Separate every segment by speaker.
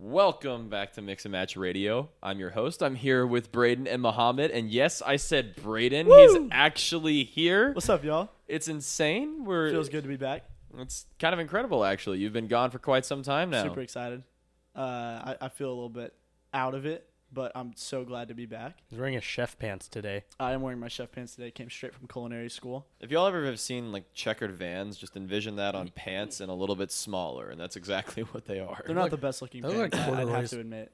Speaker 1: Welcome back to Mix and Match Radio. I'm your host. I'm here with Braden and Muhammad. And yes, I said Braden. He's
Speaker 2: Woo!
Speaker 1: actually here.
Speaker 2: What's up, y'all?
Speaker 1: It's insane. We're
Speaker 2: Feels good to be back.
Speaker 1: It's kind of incredible, actually. You've been gone for quite some time now.
Speaker 2: Super excited. Uh, I, I feel a little bit out of it, but I'm so glad to be back.
Speaker 3: He's wearing his chef pants today.
Speaker 2: I am wearing my chef pants today. Came straight from culinary school.
Speaker 1: If y'all ever have seen like checkered vans, just envision that on pants and a little bit smaller, and that's exactly what they are.
Speaker 2: They're not the best looking
Speaker 3: those
Speaker 2: pants.
Speaker 3: look
Speaker 2: I- I'd have
Speaker 3: corduroys.
Speaker 2: to admit.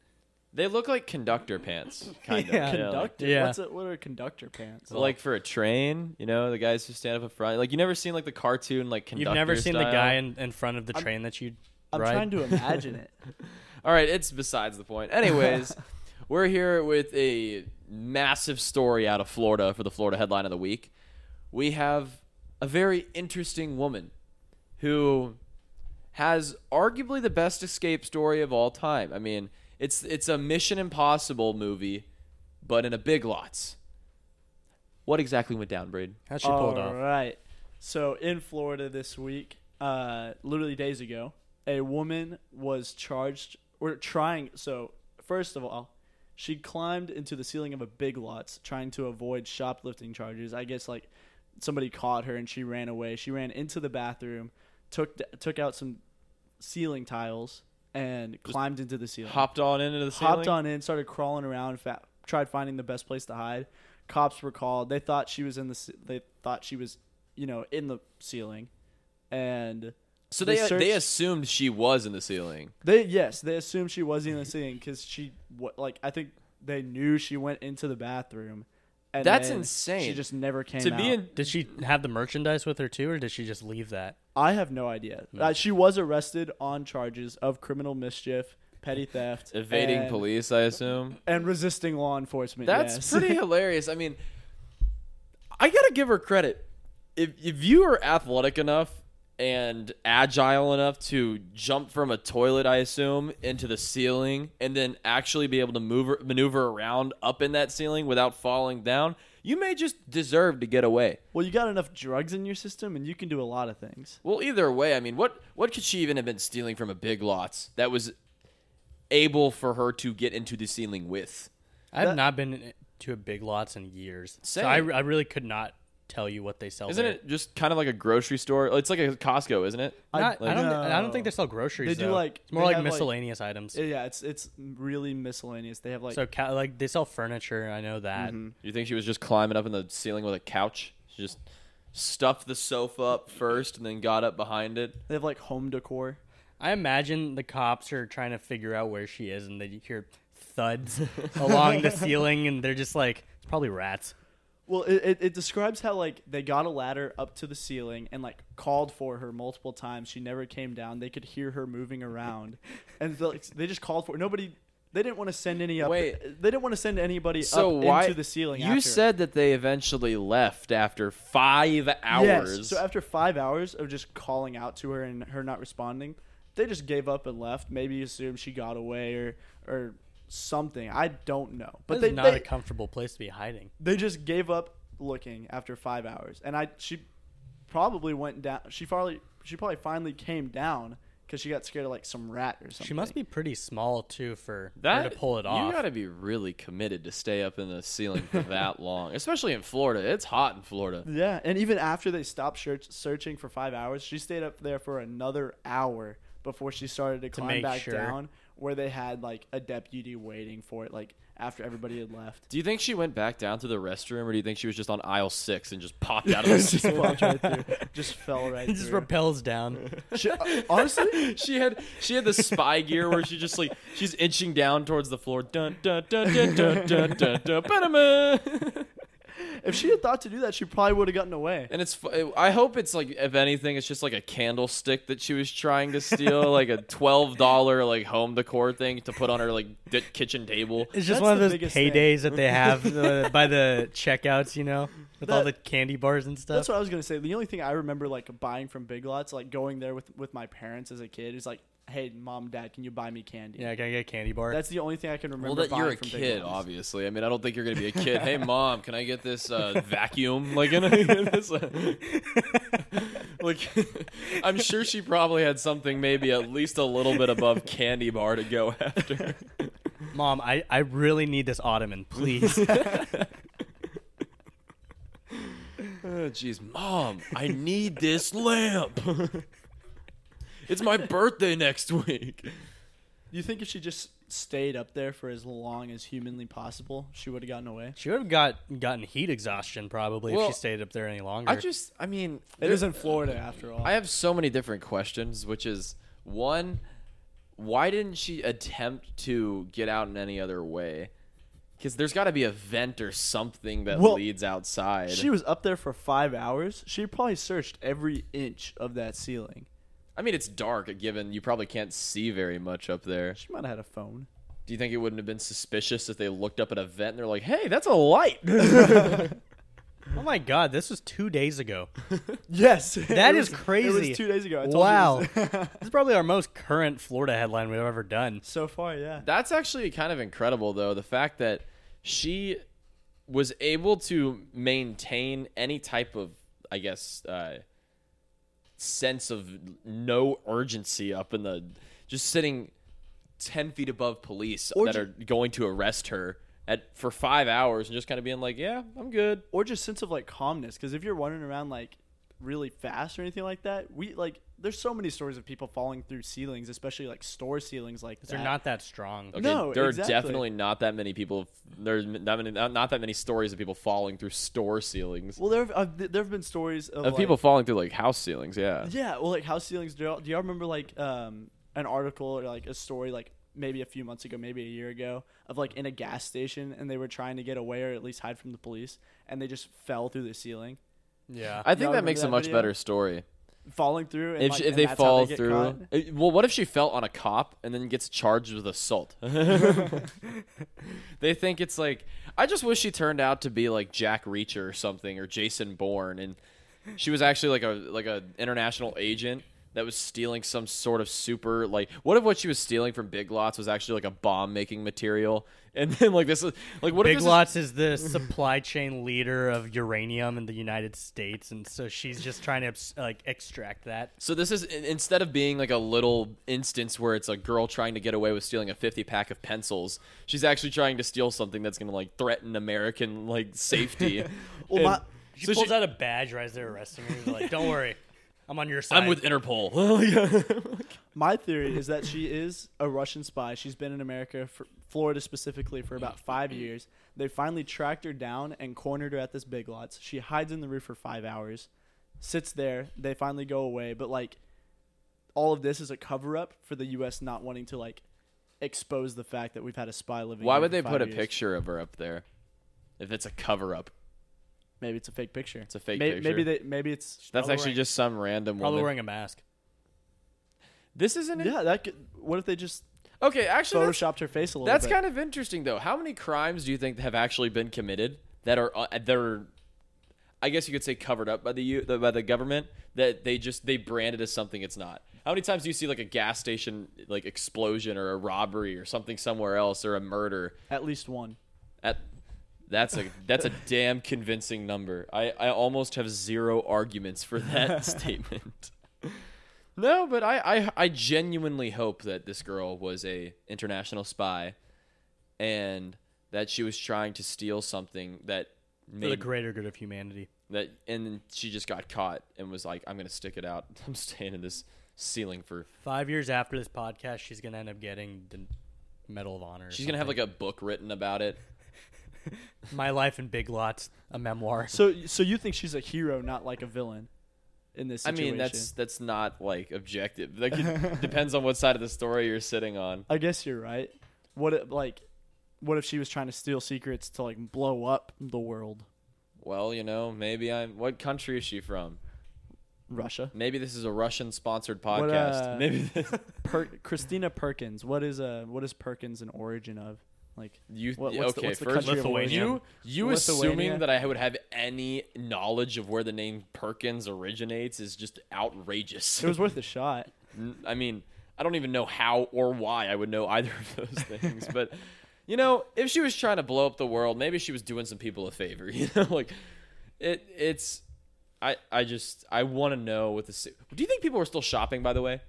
Speaker 1: They look like conductor pants, kind
Speaker 3: Yeah.
Speaker 1: of. you know, like-
Speaker 2: Conductor.
Speaker 3: Yeah.
Speaker 2: What's it? What are conductor pants?
Speaker 1: So, like for a train, you know, the guys who stand up in front. Like you never seen like the cartoon like conductor.
Speaker 3: You've never seen the
Speaker 1: style?
Speaker 3: guy in, in front of the train that you
Speaker 2: I'm
Speaker 3: ride.
Speaker 2: trying to imagine it.
Speaker 1: All right, it's besides the point. Anyways, we're here with a massive story out of Florida for the Florida headline of the week. We have a very interesting woman who has arguably the best escape story of all time. I mean, it's it's a Mission Impossible movie, but in a big lots. What exactly went down, Braid?
Speaker 3: How she pulled
Speaker 2: All
Speaker 3: off.
Speaker 2: right. So in Florida this week, uh, literally days ago, a woman was charged or trying. So first of all, she climbed into the ceiling of a Big Lots trying to avoid shoplifting charges. I guess like somebody caught her and she ran away. She ran into the bathroom, took took out some ceiling tiles and climbed into the ceiling
Speaker 1: Hopped on into the ceiling.
Speaker 2: hopped on in, started crawling around, fa- tried finding the best place to hide. Cops were called. They thought she was in the. ce- They thought she was, you know, in the ceiling, and
Speaker 1: So they
Speaker 2: They
Speaker 1: they,
Speaker 2: searched-
Speaker 1: assumed she was in the ceiling.
Speaker 2: they yes they assumed she was in the ceiling because she what like I think they knew she went into the bathroom. And
Speaker 1: That's
Speaker 2: then She
Speaker 1: insane.
Speaker 2: just never came
Speaker 1: To
Speaker 2: out.
Speaker 1: be in
Speaker 3: Did she have the merchandise with her too, or did she just leave that?
Speaker 2: I have no idea.
Speaker 1: Hmm.
Speaker 2: Uh, she was arrested on charges of criminal mischief, petty theft,
Speaker 1: evading
Speaker 2: and-
Speaker 1: police, I assume.
Speaker 2: and resisting law enforcement.
Speaker 1: That's
Speaker 2: yes.
Speaker 1: pretty hilarious. I mean, I gotta give her credit. If if you are athletic enough and agile enough to jump from a toilet, I assume, into the ceiling, and then actually be able to move maneuver around up in that ceiling without falling down, you may just deserve to get away.
Speaker 2: well, you got enough drugs in your system, and you can do a lot of things.
Speaker 1: Well, either way, I mean, what what could she even have been stealing from a Big Lots that was able for her to get into the ceiling with?
Speaker 3: I have
Speaker 2: That-
Speaker 3: not been in- to a Big Lots in years, so I,
Speaker 1: Same.
Speaker 3: I really could not tell you what they sell.
Speaker 1: Isn't
Speaker 3: there.
Speaker 1: it just kind of like a grocery store? It's like a Costco, isn't it?
Speaker 3: Not- I,
Speaker 2: like-
Speaker 3: don't. I
Speaker 2: No.
Speaker 3: don't think they sell groceries.
Speaker 2: They do,
Speaker 3: though.
Speaker 2: like-
Speaker 3: it's more
Speaker 2: they
Speaker 3: like
Speaker 2: have, like-
Speaker 3: miscellaneous items.
Speaker 2: Yeah, it's it's really miscellaneous. They have like Mm-hmm.
Speaker 3: so ca- like they sell furniture. I know that.
Speaker 1: You think she was just climbing up in the ceiling with a couch? She just stuffed the sofa up first and then got up behind it.
Speaker 2: they have like home decor.
Speaker 3: I imagine the cops are trying to figure out where she is, and they hear thuds along the ceiling, and they're just like, it's probably rats.
Speaker 2: Well, it, it, it describes how like they got a ladder up to the ceiling and like called for her multiple times. She never came down. They could hear her moving around, and they, like, they just called for nobody. They didn't want to send any up.
Speaker 1: Wait.
Speaker 2: they didn't want to send anybody
Speaker 1: So
Speaker 2: up
Speaker 1: why
Speaker 2: into the ceiling.
Speaker 1: You
Speaker 2: after her.
Speaker 1: said that they eventually left after five hours.
Speaker 2: Yes. So after five hours of just calling out to her and her not responding, they just gave up and left. Maybe assumed she got away or or something. I don't know. But
Speaker 3: But
Speaker 2: they
Speaker 3: not
Speaker 2: they,
Speaker 3: a comfortable place to be hiding.
Speaker 2: they just gave up looking after five hours, and I she probably went down. She probably she probably finally came down because she got scared of like some rat or something.
Speaker 3: She must be pretty small too for
Speaker 1: that
Speaker 3: her to pull it off.
Speaker 1: you got to be really committed to stay up in the ceiling for that long, especially in Florida. It's hot in Florida.
Speaker 2: Yeah, and even after they stopped search, searching for five hours, she stayed up there for another hour before she started to climb
Speaker 3: make
Speaker 2: back
Speaker 3: sure.
Speaker 2: down, where they had like a deputy waiting for it, like after everybody had left.
Speaker 1: Do you think she went back down to the restroom, or do you think she was just on aisle six and just popped out of the
Speaker 2: just
Speaker 1: ceiling?
Speaker 2: walked right through. Just fell right
Speaker 3: it just
Speaker 2: through.
Speaker 3: repels down.
Speaker 2: She- uh, honestly,
Speaker 1: she had she had the spy gear where she just like she's inching down towards the floor. Dun dun dun dun dun dun dun. dun Panama.
Speaker 2: if she had thought to do that, she probably would have gotten away.
Speaker 1: And it's fu- I hope it's like if anything it's just like a candlestick that she was trying to steal like a twelve dollar like home decor thing to put on her like di- kitchen table.
Speaker 3: It's just
Speaker 2: That's
Speaker 3: one of
Speaker 2: the
Speaker 3: those
Speaker 2: biggest
Speaker 3: paydays that they have uh, by the checkouts, you know, with all the
Speaker 2: That-
Speaker 3: candy bars and stuff.
Speaker 2: That's what I was gonna say. The only thing I remember like buying from Big Lots, like going there with with my parents as a kid, is like "Hey, mom, dad, can you buy me candy?"
Speaker 3: Yeah, can I get a candy bar?
Speaker 2: That's the only thing I can remember.
Speaker 1: Well, that you're
Speaker 2: buying
Speaker 1: a
Speaker 2: from Big
Speaker 1: kid,
Speaker 2: Lots.
Speaker 1: obviously. I mean, I don't think you're gonna be a kid. hey, mom, can I get this uh, vacuum? Like, in a, like, I'm sure she probably had something maybe at least a little bit above candy bar to go after.
Speaker 3: Mom, I, I really need this ottoman, please.
Speaker 1: Oh, Jeez, mom, I need this lamp. it's my birthday next week.
Speaker 2: You think if she just stayed up there for as long as humanly possible, she would have gotten away?
Speaker 3: she would have got gotten heat exhaustion probably if
Speaker 1: Well,
Speaker 3: she stayed up there any longer.
Speaker 1: I just, I mean,
Speaker 2: It is in Florida, after all.
Speaker 1: I have so many different questions, which is one, why didn't she attempt to get out in any other way? Because there's got to be a vent or something that
Speaker 2: Well,
Speaker 1: leads outside.
Speaker 2: she was up there for five hours. She probably searched every inch of that ceiling.
Speaker 1: I mean, it's dark, given you probably can't see very much up there.
Speaker 2: She might have had a phone.
Speaker 1: Do you think it wouldn't have been suspicious if they looked up at a vent and they're like, hey, that's a light?
Speaker 3: oh my god, this was two days ago.
Speaker 2: Yes,
Speaker 3: That
Speaker 2: It
Speaker 3: is
Speaker 2: was- It
Speaker 3: crazy.
Speaker 2: was two days ago. I told you
Speaker 3: wow,
Speaker 2: this.
Speaker 3: this is probably our most current Florida headline we've ever done.
Speaker 2: So far, yeah.
Speaker 1: That's actually kind of incredible, though. The fact that she was able to maintain any type of, I guess, uh, sense of no urgency up in the just sitting 10 feet above police
Speaker 2: Or
Speaker 1: that
Speaker 2: ju-
Speaker 1: are going to arrest her at for five hours and just kind of being like, yeah, I'm good.
Speaker 2: or just sense of like calmness because if you're running around like really fast or anything like that we like there's so many stories of people falling through ceilings especially like store ceilings like that
Speaker 3: They're not that strong.
Speaker 1: Okay,
Speaker 2: No,
Speaker 1: there
Speaker 2: Oh, exactly.
Speaker 1: are definitely not that many people. There's not, many, not, not that many stories of people falling through store ceilings.
Speaker 2: well there have uh, there have been stories of,
Speaker 1: of
Speaker 2: like-
Speaker 1: people falling through like house ceilings, yeah.
Speaker 2: yeah well like house ceilings do y'all, do y'all remember like um an article or like a story like maybe a few months ago maybe a year ago of like in a gas station and they were trying to get away or at least hide from the police and they just fell through the ceiling
Speaker 3: Yeah,
Speaker 1: I
Speaker 2: Y'all
Speaker 1: think that
Speaker 2: remember
Speaker 1: makes
Speaker 2: that
Speaker 1: a much
Speaker 2: video?
Speaker 1: better story.
Speaker 2: falling through and,
Speaker 1: if,
Speaker 2: like,
Speaker 1: if
Speaker 2: and
Speaker 1: they
Speaker 2: that's how
Speaker 1: fall
Speaker 2: get
Speaker 1: through
Speaker 2: caught.
Speaker 1: Uh, well what if she fell on a cop and then gets charged with assault they think it's like i just wish she turned out to be like jack reacher or something or jason bourne and she was actually like a like a international agent that was stealing some sort of super like what if what she was stealing from big lots was actually like a bomb making material and then like this is like what if
Speaker 3: Big
Speaker 1: this is-
Speaker 3: Lots is the supply chain leader of uranium in the United States, and so she's just trying to abs- like extract that.
Speaker 1: So this is in- instead of being like a little instance where it's a girl trying to get away with stealing a 50 pack of pencils, she's actually trying to steal something that's going to like threaten American like safety.
Speaker 2: Well,
Speaker 1: And
Speaker 2: my-
Speaker 3: She
Speaker 1: so
Speaker 3: pulls
Speaker 1: she-
Speaker 3: out a badge right as they're arresting her. She's like, "Don't worry, I'm on your side."
Speaker 1: I'm with Interpol.
Speaker 2: My theory is that she is a Russian spy. She's been in America, for, Florida specifically, for about five years. They finally tracked her down and cornered her at this Big Lots. She hides in the roof for five hours, sits there. They finally go away, but like, all of this is a cover up for the U.S. not wanting to like expose the fact that we've had a spy living.
Speaker 1: Why
Speaker 2: here
Speaker 1: would
Speaker 2: for
Speaker 1: they
Speaker 2: five
Speaker 1: put a
Speaker 2: years.
Speaker 1: picture of her up there if it's a cover up?
Speaker 2: Maybe it's a fake picture. It's
Speaker 1: a fake picture.
Speaker 2: Maybe they. Maybe it's.
Speaker 1: That's
Speaker 3: Probably
Speaker 1: actually
Speaker 3: wearing-
Speaker 1: just some random
Speaker 3: Probably
Speaker 1: woman.
Speaker 3: wearing a mask.
Speaker 1: this isn't it.
Speaker 2: Yeah, that. Could, what if they just
Speaker 1: Okay, actually that's-
Speaker 2: photoshopped her face a little?
Speaker 1: That's
Speaker 2: bit?
Speaker 1: kind of interesting, though. How many crimes do you think have actually been committed that are uh, that are, I guess you could say, covered up by the U- by the government that they just they brand it as something it's not? How many times do you see like a gas station like explosion or a robbery or something somewhere else or a murder?
Speaker 2: at least one.
Speaker 1: At that's a that's a damn convincing number. I I almost have zero arguments for that statement. No, but I, I I genuinely hope that this girl was a international spy, and that she was trying to steal something that
Speaker 3: For the
Speaker 1: made
Speaker 3: greater good of humanity.
Speaker 1: that, and then she just got caught and was like, "I'm gonna stick it out. I'm staying in this ceiling for."
Speaker 3: Five years after this podcast, she's gonna end up getting the Medal of Honor. or
Speaker 1: She's gonna have
Speaker 3: something.
Speaker 1: like a book written about it.
Speaker 3: my life in Big Lots, a memoir.
Speaker 2: So, so you think she's a hero, not like a villain, in this
Speaker 1: I
Speaker 2: situation?
Speaker 1: mean, that's that's not like objective. That could, depends on what side of the story you're sitting on.
Speaker 2: I guess you're right. What if, like, what if she was trying to steal secrets to like blow up the world?
Speaker 1: Well, you know, maybe I'm. What country is she from?
Speaker 2: Russia.
Speaker 1: Maybe this is a Russian-sponsored podcast.
Speaker 2: What, uh,
Speaker 1: maybe this,
Speaker 2: Per- Christina Perkins. What is uh, what is Perkins an origin of? Like,
Speaker 1: You
Speaker 2: What-
Speaker 1: yeah,
Speaker 2: what's the-
Speaker 1: okay?
Speaker 2: what's the
Speaker 1: first,
Speaker 2: country
Speaker 3: of Lithuania.
Speaker 1: you
Speaker 3: origin?
Speaker 1: you
Speaker 2: Lithuania?
Speaker 1: assuming that I would have any knowledge of where the name Perkins originates is just outrageous.
Speaker 2: it was worth a shot.
Speaker 1: N- I mean, I don't even know how or why I would know either of those things, but you know, if she was trying to blow up the world, maybe she was doing some people a favor, you know, like it it's I I just I want to know what the si- Do you think people were still shopping by the way?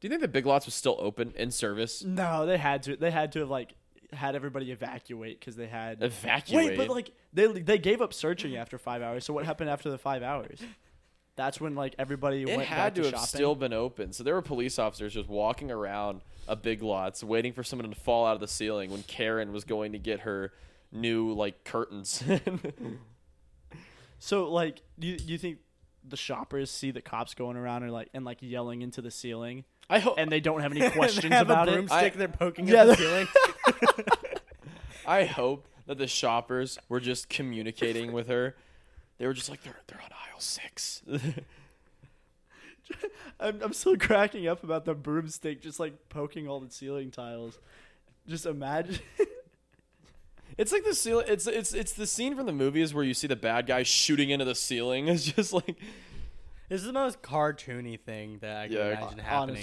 Speaker 1: Do you think the Big Lots was still open in service?
Speaker 2: No, they had to. They had to have like had everybody evacuate because they had
Speaker 1: Evacuate.
Speaker 2: Wait, but like they they gave up searching after five hours. So what happened after the five hours? That's when like everybody
Speaker 1: it
Speaker 2: went back
Speaker 1: had to have
Speaker 2: shopping.
Speaker 1: still been open. So there were police officers just walking around a big lots waiting for someone to fall out of the ceiling when Karen was going to get her new like curtains.
Speaker 2: so like you you think the shoppers see the cops going around and like and like yelling into the ceiling
Speaker 1: I hope
Speaker 2: and they don't have any
Speaker 3: they
Speaker 2: questions
Speaker 3: have
Speaker 2: about
Speaker 3: a
Speaker 2: it.
Speaker 3: broomstick
Speaker 1: I-
Speaker 3: they're poking
Speaker 2: Yeah,
Speaker 3: at the
Speaker 2: they're-
Speaker 3: ceiling.
Speaker 1: I hope that the shoppers were just communicating with her. They were just like they're they're on aisle 6.
Speaker 2: I'm, I'm still cracking up about the broomstick just like poking all the ceiling tiles. Just imagine.
Speaker 1: It's like the ceiling. It's it's it's the scene from the movies where you see the bad guy shooting into the ceiling. It's just like
Speaker 3: this is the most cartoony thing that I can
Speaker 1: Yeah,
Speaker 3: imagine happening.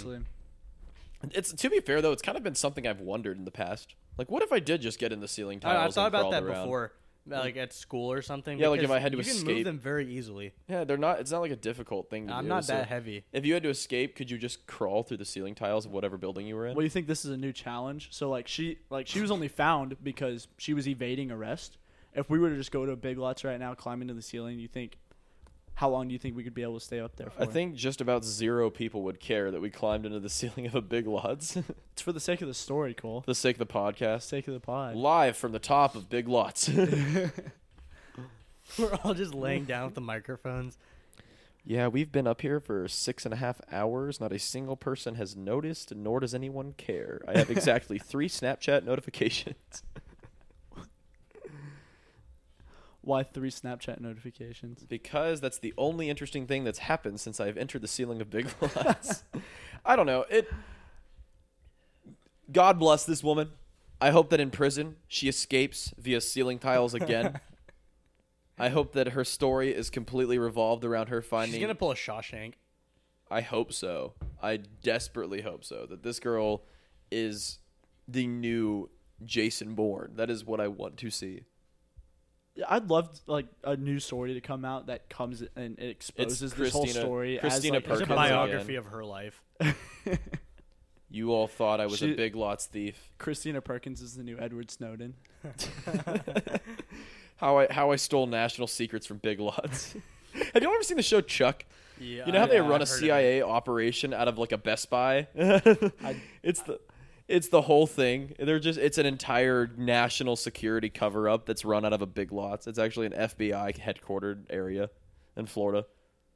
Speaker 2: Honestly,
Speaker 1: it's to be fair though. It's kind of been something I've wondered in the past. Like, what if I did just get in the ceiling
Speaker 3: I,
Speaker 1: tiles?
Speaker 3: I've thought
Speaker 1: and
Speaker 3: about
Speaker 1: crawled
Speaker 3: that
Speaker 1: around?
Speaker 3: before, like at school or something.
Speaker 1: Yeah, like if
Speaker 3: because
Speaker 1: I had to
Speaker 3: you can
Speaker 1: escape.
Speaker 3: move them very easily.
Speaker 1: Yeah, they're not. It's not like a difficult thing. to
Speaker 3: I'm
Speaker 1: do,
Speaker 3: not
Speaker 1: so-
Speaker 3: that heavy.
Speaker 1: If you had to escape, could you just crawl through the ceiling tiles of whatever building you were in?
Speaker 2: well, you think this is a new challenge? So like she like she was only found because she was evading arrest. If we were to just go to Big Lots right now, climb into the ceiling, you think how long do you think we could be able to stay up there for?
Speaker 1: I think just about zero people would care that we climbed into the ceiling of a Big Lots. For
Speaker 2: it's for the sake of the story, Cole.
Speaker 1: the sake of the podcast,
Speaker 2: sake of the pod.
Speaker 1: live from the top of Big Lots.
Speaker 3: We're all just laying down with the microphones.
Speaker 1: Yeah, we've been up here for six and a half hours. Not a single person has noticed, nor does anyone care. I have exactly three Snapchat notifications.
Speaker 2: Why three Snapchat notifications?
Speaker 1: Because that's the only interesting thing that's happened since I've entered the ceiling of Big Lots. I don't know. It. God bless this woman. I hope that in prison she escapes via ceiling tiles again. I hope that her story is completely revolved around her finding.
Speaker 3: She's gonna pull a Shawshank.
Speaker 1: I hope so. I desperately hope so. That this girl is the new Jason Bourne. That is what I want to see.
Speaker 2: Yeah, I'd love like a new story to come out that comes and it exposes this whole
Speaker 1: Christina-
Speaker 2: story.
Speaker 1: Christina
Speaker 2: as, like, it
Speaker 3: It's a
Speaker 1: Perkins
Speaker 2: comes out.
Speaker 3: biography of her life.
Speaker 1: You all thought I was
Speaker 2: She-
Speaker 1: a big lots thief.
Speaker 2: Christina Perkins is the new Edward Snowden.
Speaker 1: How I how I stole national secrets from big lots. Have you ever seen the show Chuck?
Speaker 3: Yeah,
Speaker 1: You know how they
Speaker 3: yeah,
Speaker 1: run
Speaker 3: I've
Speaker 1: a
Speaker 3: heard of it.
Speaker 1: CIA operation out of like a Best Buy? it's the it's the whole thing. They're just it's an entire national security cover up that's run out of a big lots. It's actually an FBI headquartered area in Florida.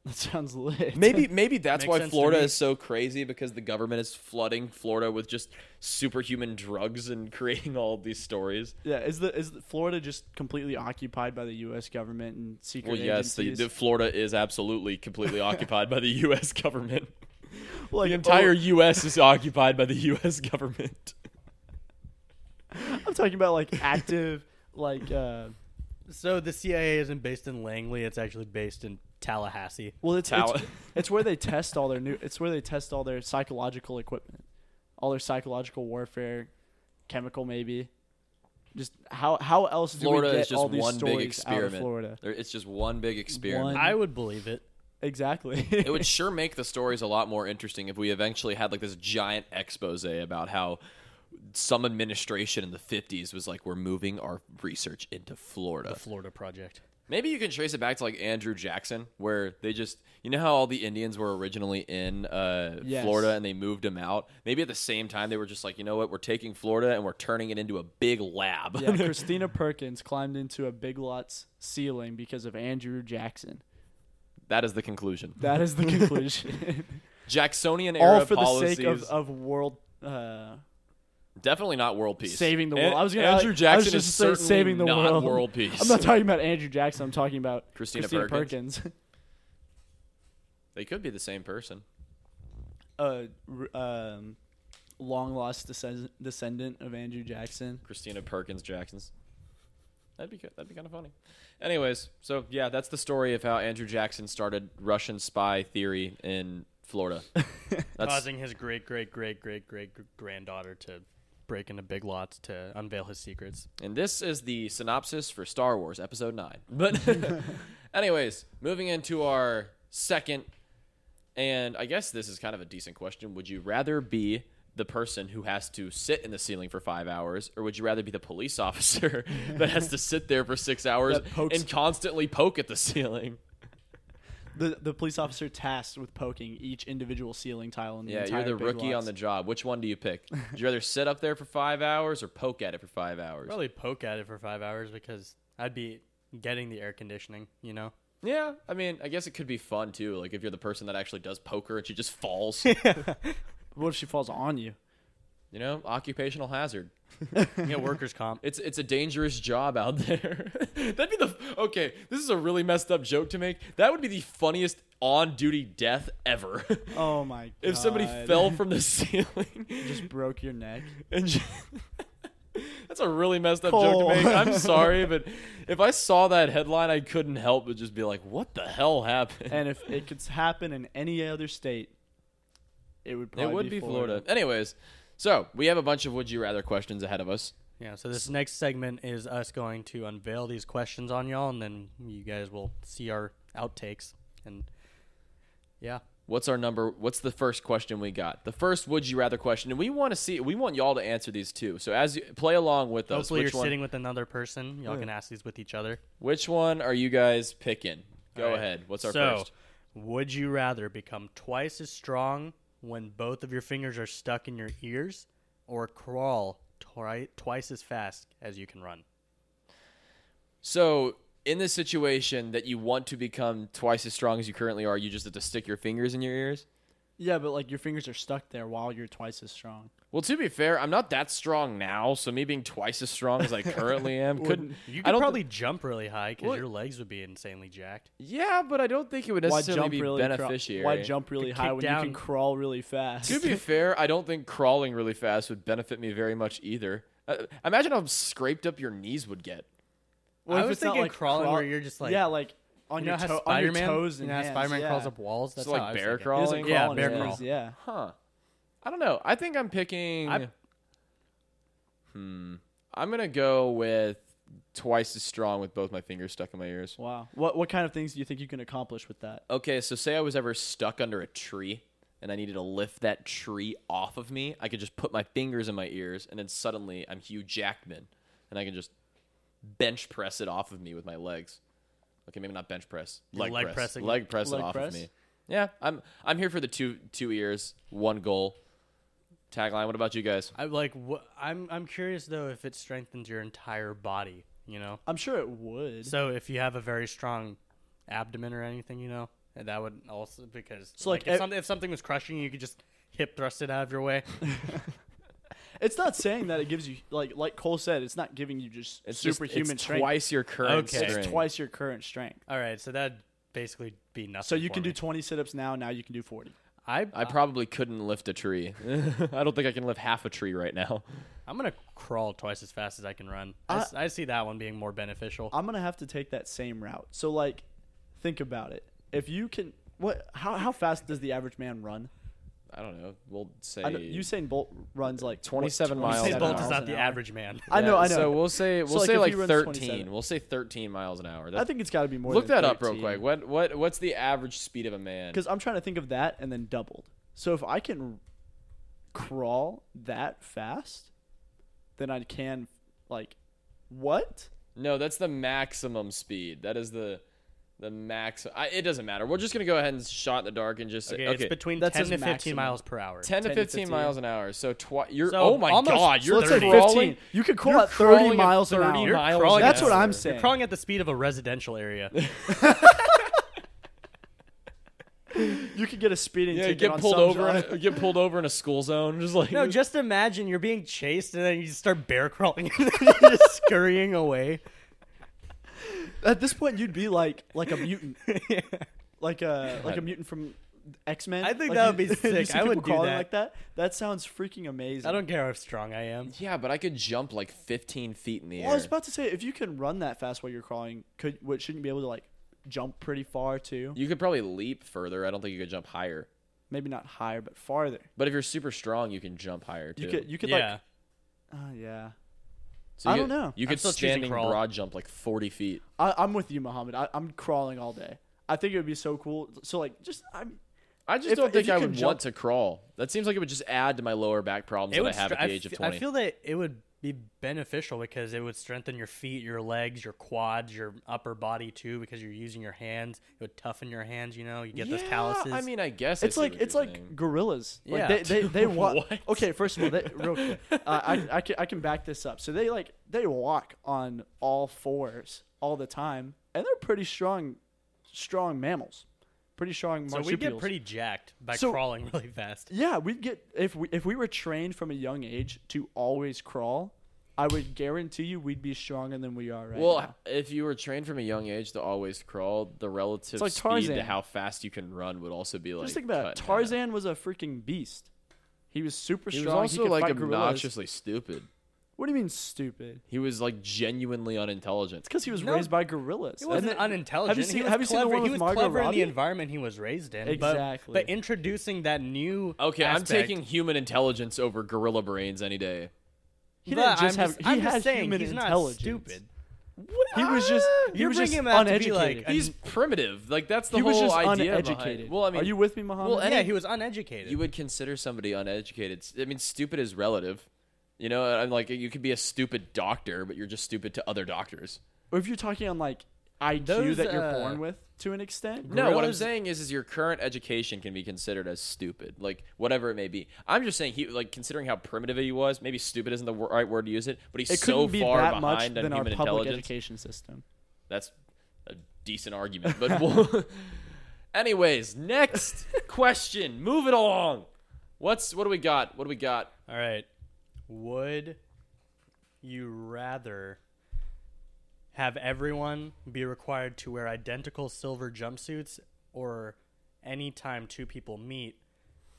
Speaker 2: That sounds lit.
Speaker 1: Maybe maybe that's
Speaker 3: Makes
Speaker 1: why
Speaker 3: sense to
Speaker 1: Florida
Speaker 3: me.
Speaker 1: is so crazy because the government is flooding Florida with just superhuman drugs and creating all of these stories.
Speaker 2: Yeah, is the is the Florida just completely occupied by the U.S. government and secret
Speaker 1: Well, yes, the,
Speaker 2: agencies?
Speaker 1: the Florida is absolutely completely occupied by the U.S. government.
Speaker 2: like,
Speaker 1: The entire
Speaker 2: oh,
Speaker 1: U.S. is occupied by the U.S. government.
Speaker 2: oh, I'm talking about like active, like uh,
Speaker 3: So the CIA isn't based in Langley; it's actually based in Tallahassee.
Speaker 2: well, it's,
Speaker 1: Towel-
Speaker 2: it's it's where they test all their new. It's where they test all their psychological equipment, all their psychological warfare, chemical maybe. Just how how else do
Speaker 1: Florida
Speaker 2: we get
Speaker 1: is just
Speaker 2: all these
Speaker 1: one
Speaker 2: stories
Speaker 1: big
Speaker 2: out of
Speaker 1: experiment.
Speaker 2: Florida?
Speaker 1: There- It's just one big experiment.
Speaker 2: One-
Speaker 3: I would believe it.
Speaker 2: Exactly.
Speaker 1: It would sure make the stories a lot more interesting if we eventually had like this giant expose about how some administration in the 50s was like, we're moving our research into Florida.
Speaker 3: The Florida Project.
Speaker 1: Maybe you can trace it back to like Andrew Jackson, where they just you know how all the Indians were originally in uh,
Speaker 2: Yes.
Speaker 1: Florida and they moved them out. Maybe at the same time they were just like, you know what, we're taking Florida and we're turning it into a big lab.
Speaker 2: Yeah, Christina Perkins climbed into a Big Lots ceiling because of Andrew Jackson.
Speaker 1: that is the conclusion.
Speaker 2: That is the conclusion.
Speaker 1: Jacksonian era
Speaker 2: All for
Speaker 1: policies,
Speaker 2: the sake of, of world uh,
Speaker 1: definitely not world peace.
Speaker 2: saving the
Speaker 1: An-
Speaker 2: world. I was gonna
Speaker 1: Andrew
Speaker 2: like, I
Speaker 1: Jackson
Speaker 2: was just
Speaker 1: is
Speaker 2: say
Speaker 1: certainly
Speaker 2: saving the
Speaker 1: not
Speaker 2: world.
Speaker 1: world peace.
Speaker 2: I'm not talking about Andrew Jackson. I'm talking about
Speaker 1: Christina
Speaker 2: Christina,
Speaker 1: Perkins.
Speaker 2: Perkins.
Speaker 1: they could be the same person.
Speaker 2: uh, r- um, long lost descend- descendant of Andrew Jackson.
Speaker 1: Christina Perkins Jackson's. That'd be good. That'd be kind of funny. Anyways, so yeah, that's the story of how Andrew Jackson started Russian spy theory in Florida. That's
Speaker 3: causing his great great great great great gr- granddaughter to break into big lots to unveil his secrets.
Speaker 1: and this is the synopsis for Star Wars Episode Nine. But, anyways, moving into our second, and I guess this is kind of a decent question. Would you rather be the person who has to sit in the ceiling for five hours, or would you rather be the police officer that has to sit there for six hours
Speaker 2: That pokes-
Speaker 1: and constantly poke at the ceiling?
Speaker 2: The the police officer tasked with poking each individual ceiling tile in the
Speaker 1: Yeah,
Speaker 2: entire
Speaker 1: you're the
Speaker 2: Big
Speaker 1: rookie on
Speaker 2: Lots.
Speaker 1: the job. Which one do you pick? Would you rather sit up there for five hours or poke at it for five hours?
Speaker 3: Probably poke at it for five hours because I'd be getting the air conditioning. You know,
Speaker 1: Yeah, I mean, I guess it could be fun too. Like if you're the person that actually does poker and she just falls,
Speaker 2: What if she falls on you?
Speaker 1: you know, occupational hazard.
Speaker 3: you get workers comp.
Speaker 1: It's it's a dangerous job out there. That'd be the okay. This is a really messed up joke to make. That would be the funniest on-duty death ever.
Speaker 2: Oh my! god.
Speaker 1: if somebody fell from the ceiling
Speaker 2: just broke your neck.
Speaker 1: and ju- that's a really messed up
Speaker 2: Cole.
Speaker 1: joke to make. I'm sorry, but if I saw that headline, I couldn't help but just be like, "What the hell happened?"
Speaker 2: and if it could happen in any other state, it would
Speaker 1: It
Speaker 2: probably
Speaker 1: would be Florida. Anyways, so we have a bunch of would you rather questions ahead of us.
Speaker 3: Yeah. So this next segment is us going to unveil these questions on y'all, and then you guys will see our outtakes. And yeah,
Speaker 1: What's our number? What's the first question we got? The first would you rather question, and we want to see. We want y'all to answer these too. So as you play along with us,
Speaker 3: hopefully you're
Speaker 1: which one?
Speaker 3: sitting with another person. Y'all can ask these with each other.
Speaker 1: which one are you guys picking? Go
Speaker 3: All right.
Speaker 1: ahead. What's our
Speaker 3: so,
Speaker 1: first?
Speaker 3: Would you rather become twice as strong when both of your fingers are stuck in your ears or crawl twi- twice as fast as you can run?
Speaker 1: So in this situation that you want to become twice as strong as you currently are, you just have to stick your fingers in your ears.
Speaker 2: Yeah, but like your fingers are stuck there while you're twice as strong.
Speaker 1: Well, to be fair, I'm not that strong now, so me being twice as strong as I currently am couldn't.
Speaker 3: You
Speaker 1: I
Speaker 3: could
Speaker 1: don't thi-
Speaker 3: probably jump really high because
Speaker 1: Well-
Speaker 3: your legs would be insanely jacked.
Speaker 1: yeah, but I don't think it would
Speaker 2: Why
Speaker 1: necessarily
Speaker 2: jump
Speaker 1: be
Speaker 2: really? cro-
Speaker 1: beneficiary.
Speaker 2: why jump really
Speaker 3: Could
Speaker 2: high
Speaker 3: kick
Speaker 2: when you
Speaker 3: down.
Speaker 2: can crawl really fast?
Speaker 1: to be fair, I don't think crawling really fast would benefit me very much either. Uh, imagine how scraped up your knees would get.
Speaker 2: Well,
Speaker 3: I
Speaker 2: if
Speaker 3: was
Speaker 2: it's not,
Speaker 3: thinking
Speaker 2: like,
Speaker 3: crawling
Speaker 2: crawl-
Speaker 3: where you're just like-
Speaker 2: yeah, like on
Speaker 3: you know
Speaker 2: your,
Speaker 3: how
Speaker 2: toe- on your
Speaker 3: Spider-Man,
Speaker 2: toes and
Speaker 3: you know how
Speaker 2: hands,
Speaker 3: Spider-Man
Speaker 2: yeah.
Speaker 3: crawls up walls. That's
Speaker 1: like
Speaker 3: how I was
Speaker 1: bear
Speaker 3: thinking.
Speaker 1: crawl?
Speaker 2: He doesn't
Speaker 1: crawling?
Speaker 3: Yeah,
Speaker 2: crawl in
Speaker 3: bear
Speaker 2: his
Speaker 3: crawl.
Speaker 2: ears, Yeah.
Speaker 1: Huh. I don't know. I think I'm picking.
Speaker 3: I-
Speaker 1: hmm. I'm gonna go with twice as strong with both my fingers stuck in my ears.
Speaker 2: Wow. What what kind of things do you think you can accomplish with that?
Speaker 1: Okay, so say I was ever stuck under a tree and I needed to lift that tree off of me, I could just put my fingers in my ears and then suddenly I'm Hugh Jackman and I can just bench press it off of me with my legs. Okay, maybe not bench press. Leg,
Speaker 3: leg
Speaker 1: press.
Speaker 3: pressing.
Speaker 1: Leg press
Speaker 2: Leg
Speaker 1: it off
Speaker 2: press?
Speaker 1: of me. Yeah, I'm I'm here for the two two ears, one goal. Tagline, what about you guys?
Speaker 3: I like. Wh- I'm I'm curious though if it strengthens your entire body. You know,
Speaker 2: I'm sure it would.
Speaker 3: so if you have a very strong abdomen or anything, you know, and that would also because
Speaker 2: So, like,
Speaker 3: like, if,
Speaker 2: ev-
Speaker 3: something, if something was crushing you, you could just hip thrust it out of your way.
Speaker 2: It's not saying that it gives you like like Cole said. It's not giving you just
Speaker 1: It's just-
Speaker 2: superhuman
Speaker 1: it's
Speaker 2: strength.
Speaker 1: Twice your current
Speaker 3: Okay. It's
Speaker 1: strength.
Speaker 2: It's twice your current strength.
Speaker 3: All right, so that'd basically be nothing.
Speaker 2: So you
Speaker 3: for
Speaker 2: can do
Speaker 3: me.
Speaker 2: 20 sit-ups now. Now you can do 40.
Speaker 3: I,
Speaker 1: I
Speaker 3: I
Speaker 1: probably couldn't lift a tree. I don't think I can lift half a tree right now.
Speaker 3: I'm gonna crawl twice as fast as I can run. I, s- I see that one being more beneficial.
Speaker 2: I'm gonna have to take that same route. So like, think about it. If you can, what? How how fast does the average man run?
Speaker 1: I don't know. We'll say
Speaker 2: I know Usain Bolt runs like what,
Speaker 1: 27 miles
Speaker 3: Usain
Speaker 1: an
Speaker 3: Bolt
Speaker 1: hour.
Speaker 3: is not the
Speaker 2: an hour?
Speaker 3: average man.
Speaker 2: I know,
Speaker 1: Yeah,
Speaker 2: I know.
Speaker 1: So we'll say we'll
Speaker 2: So, like,
Speaker 1: say
Speaker 2: if
Speaker 1: like
Speaker 2: he runs
Speaker 1: 13.
Speaker 2: 27.
Speaker 1: We'll say 13 miles an hour. That-
Speaker 2: I think it's got to be more.
Speaker 1: look that up real quick. What what what's the average speed of a man?
Speaker 2: Because I'm trying to think of that and then doubled. So if I can crawl that fast, then I can like what?
Speaker 1: No, that's the maximum speed. That is the the max. I, it doesn't matter. We're just gonna go ahead and shot in the dark and just say
Speaker 3: Okay,
Speaker 1: okay.
Speaker 3: it's between
Speaker 2: That's
Speaker 3: 10
Speaker 2: his
Speaker 3: to 15
Speaker 2: maximum.
Speaker 3: miles per hour.
Speaker 1: 10 to
Speaker 2: 10 to
Speaker 1: 15,
Speaker 2: 15.
Speaker 1: miles an hour. So twi- you're
Speaker 3: So,
Speaker 1: oh my
Speaker 3: almost-
Speaker 1: god,
Speaker 3: so
Speaker 1: you're
Speaker 2: let's say
Speaker 1: 30.
Speaker 2: 15. You could crawl
Speaker 1: You're
Speaker 2: at 30
Speaker 1: crawling at
Speaker 2: miles
Speaker 1: 30
Speaker 2: an hour.
Speaker 1: You're miles
Speaker 3: crawling
Speaker 2: That's
Speaker 3: an
Speaker 2: what
Speaker 3: hour.
Speaker 2: I'm
Speaker 1: You're
Speaker 2: saying.
Speaker 3: You're crawling at the speed of a residential area.
Speaker 2: You could get a speeding
Speaker 1: Yeah,
Speaker 2: ticket
Speaker 1: get
Speaker 2: on
Speaker 1: pulled
Speaker 2: some
Speaker 1: over.
Speaker 2: drive.
Speaker 1: In a, get pulled over in a school zone. Just like
Speaker 3: no, just imagine you're being chased and then you just start bear crawling and then you're just scurrying away.
Speaker 2: At this point, you'd be like like a mutant, like a like a mutant from X Men.
Speaker 3: I think that would be sick. I would do
Speaker 2: crawling
Speaker 3: that.
Speaker 2: like that. That sounds freaking amazing.
Speaker 3: I don't care how strong I am.
Speaker 1: yeah, but I could jump like 15 feet in the
Speaker 2: Well,
Speaker 1: air.
Speaker 2: I was about to say, if you can run that fast while you're crawling, could what shouldn't you be able to like jump pretty far too?
Speaker 1: You could probably leap further. I don't think you could jump higher.
Speaker 2: maybe not higher, but farther.
Speaker 1: But if you're super strong, you can jump higher too.
Speaker 2: You could you could
Speaker 3: yeah.
Speaker 2: like oh yeah.
Speaker 1: So you
Speaker 2: I don't
Speaker 1: could-
Speaker 2: know.
Speaker 1: You
Speaker 3: I'm
Speaker 1: could
Speaker 3: still choosing
Speaker 1: standing
Speaker 3: crawl.
Speaker 1: broad jump like 40 feet.
Speaker 2: I, I'm with you, Muhammad. I, I'm crawling all day. I think it would be so cool. So like just I'm
Speaker 1: I just
Speaker 2: If-
Speaker 1: don't
Speaker 2: if
Speaker 1: think
Speaker 2: you
Speaker 1: I
Speaker 2: could
Speaker 1: would
Speaker 2: jump-
Speaker 1: want to crawl. That seems like it would just add to my lower back problems that I have
Speaker 3: stre-
Speaker 1: at the age of
Speaker 3: f-
Speaker 1: 20.
Speaker 3: I feel that it would be beneficial because it would strengthen your feet, your legs, your quads, your upper body too, because you're using your hands. It would toughen your hands. You know, you get those
Speaker 1: Yeah,
Speaker 3: calluses.
Speaker 1: I mean, I guess I
Speaker 2: it's
Speaker 1: see
Speaker 2: like
Speaker 1: what
Speaker 2: it's
Speaker 1: you're
Speaker 2: like
Speaker 1: saying.
Speaker 2: gorillas. Like
Speaker 3: Yeah.
Speaker 2: they they, they walk.
Speaker 1: What?
Speaker 2: okay, first of all, they, real quick, uh, I I can, I can back this up. So they like they walk on all fours all the time, and they're pretty strong, strong mammals, pretty strong
Speaker 3: so
Speaker 2: marsupials.
Speaker 3: we get pretty jacked by
Speaker 2: So-
Speaker 3: crawling really fast.
Speaker 2: Yeah, we'd get if we if we were trained from a young age to always crawl. I would guarantee you we'd be stronger than we are right
Speaker 1: well,
Speaker 2: now.
Speaker 1: if you were trained from a young age to always crawl, the relative
Speaker 2: like
Speaker 1: speed
Speaker 2: Tarzan.
Speaker 1: to how fast you can run would also be like.
Speaker 2: Just think about
Speaker 1: cut
Speaker 2: it.
Speaker 1: in half.
Speaker 2: Tarzan was a freaking beast. He was super
Speaker 1: He was
Speaker 2: strong.
Speaker 1: also
Speaker 2: could
Speaker 1: like
Speaker 2: fight gorillas.
Speaker 1: obnoxiously stupid.
Speaker 2: What do you mean stupid?
Speaker 1: He was like genuinely unintelligent.
Speaker 2: Because he was
Speaker 3: No,
Speaker 2: raised by gorillas.
Speaker 3: He wasn't
Speaker 2: And then-
Speaker 3: unintelligent.
Speaker 2: Have you seen,
Speaker 3: he was
Speaker 2: have you seen
Speaker 3: clever.
Speaker 2: the one
Speaker 3: he
Speaker 2: with
Speaker 3: was
Speaker 2: Margot
Speaker 3: clever in
Speaker 2: Robbie?
Speaker 3: the environment he was raised in. but-
Speaker 2: Exactly.
Speaker 3: But, introducing that new.
Speaker 1: Okay,
Speaker 3: aspect-
Speaker 1: I'm taking human intelligence over gorilla brains any day.
Speaker 2: He
Speaker 3: but
Speaker 2: didn't just
Speaker 3: I'm
Speaker 2: have.
Speaker 3: just,
Speaker 2: he
Speaker 3: I'm
Speaker 2: has
Speaker 3: just saying
Speaker 2: human
Speaker 3: he's not
Speaker 2: intelligence.
Speaker 3: stupid.
Speaker 2: He was just. He
Speaker 3: You're
Speaker 2: was just
Speaker 3: bringing him out to be,
Speaker 2: uneducated.
Speaker 3: like, a-
Speaker 1: He's primitive. Like that's the
Speaker 2: he was
Speaker 1: whole
Speaker 2: just
Speaker 1: idea. behind-
Speaker 2: uneducated.
Speaker 1: Well, I mean,
Speaker 2: are you with me, Muhammad?
Speaker 1: Well, and-
Speaker 3: yeah, he was uneducated.
Speaker 1: you would consider somebody uneducated. S- I mean, stupid is relative. You know, I'm like you could be a stupid doctor, but you're just stupid to other doctors.
Speaker 2: or if you're talking on like IQ
Speaker 3: Those,
Speaker 2: that you're
Speaker 3: uh,
Speaker 2: born with to an extent.
Speaker 1: No, what I'm
Speaker 3: Gorillas-
Speaker 1: saying is, is your current education can be considered as stupid, like whatever it may be. I'm just saying he, like, considering how primitive he was, maybe stupid isn't the wo- right word to use it, but he's
Speaker 2: it
Speaker 1: so
Speaker 2: couldn't be
Speaker 1: far behind
Speaker 2: that much
Speaker 1: on
Speaker 2: than our
Speaker 1: human
Speaker 2: public
Speaker 1: intelligence.
Speaker 2: education system.
Speaker 1: That's a decent argument, but we'll anyways, next question. Move it along. What's what do we got? What do we got?
Speaker 3: All right. Would you rather have everyone be required to wear identical silver jumpsuits or anytime two people meet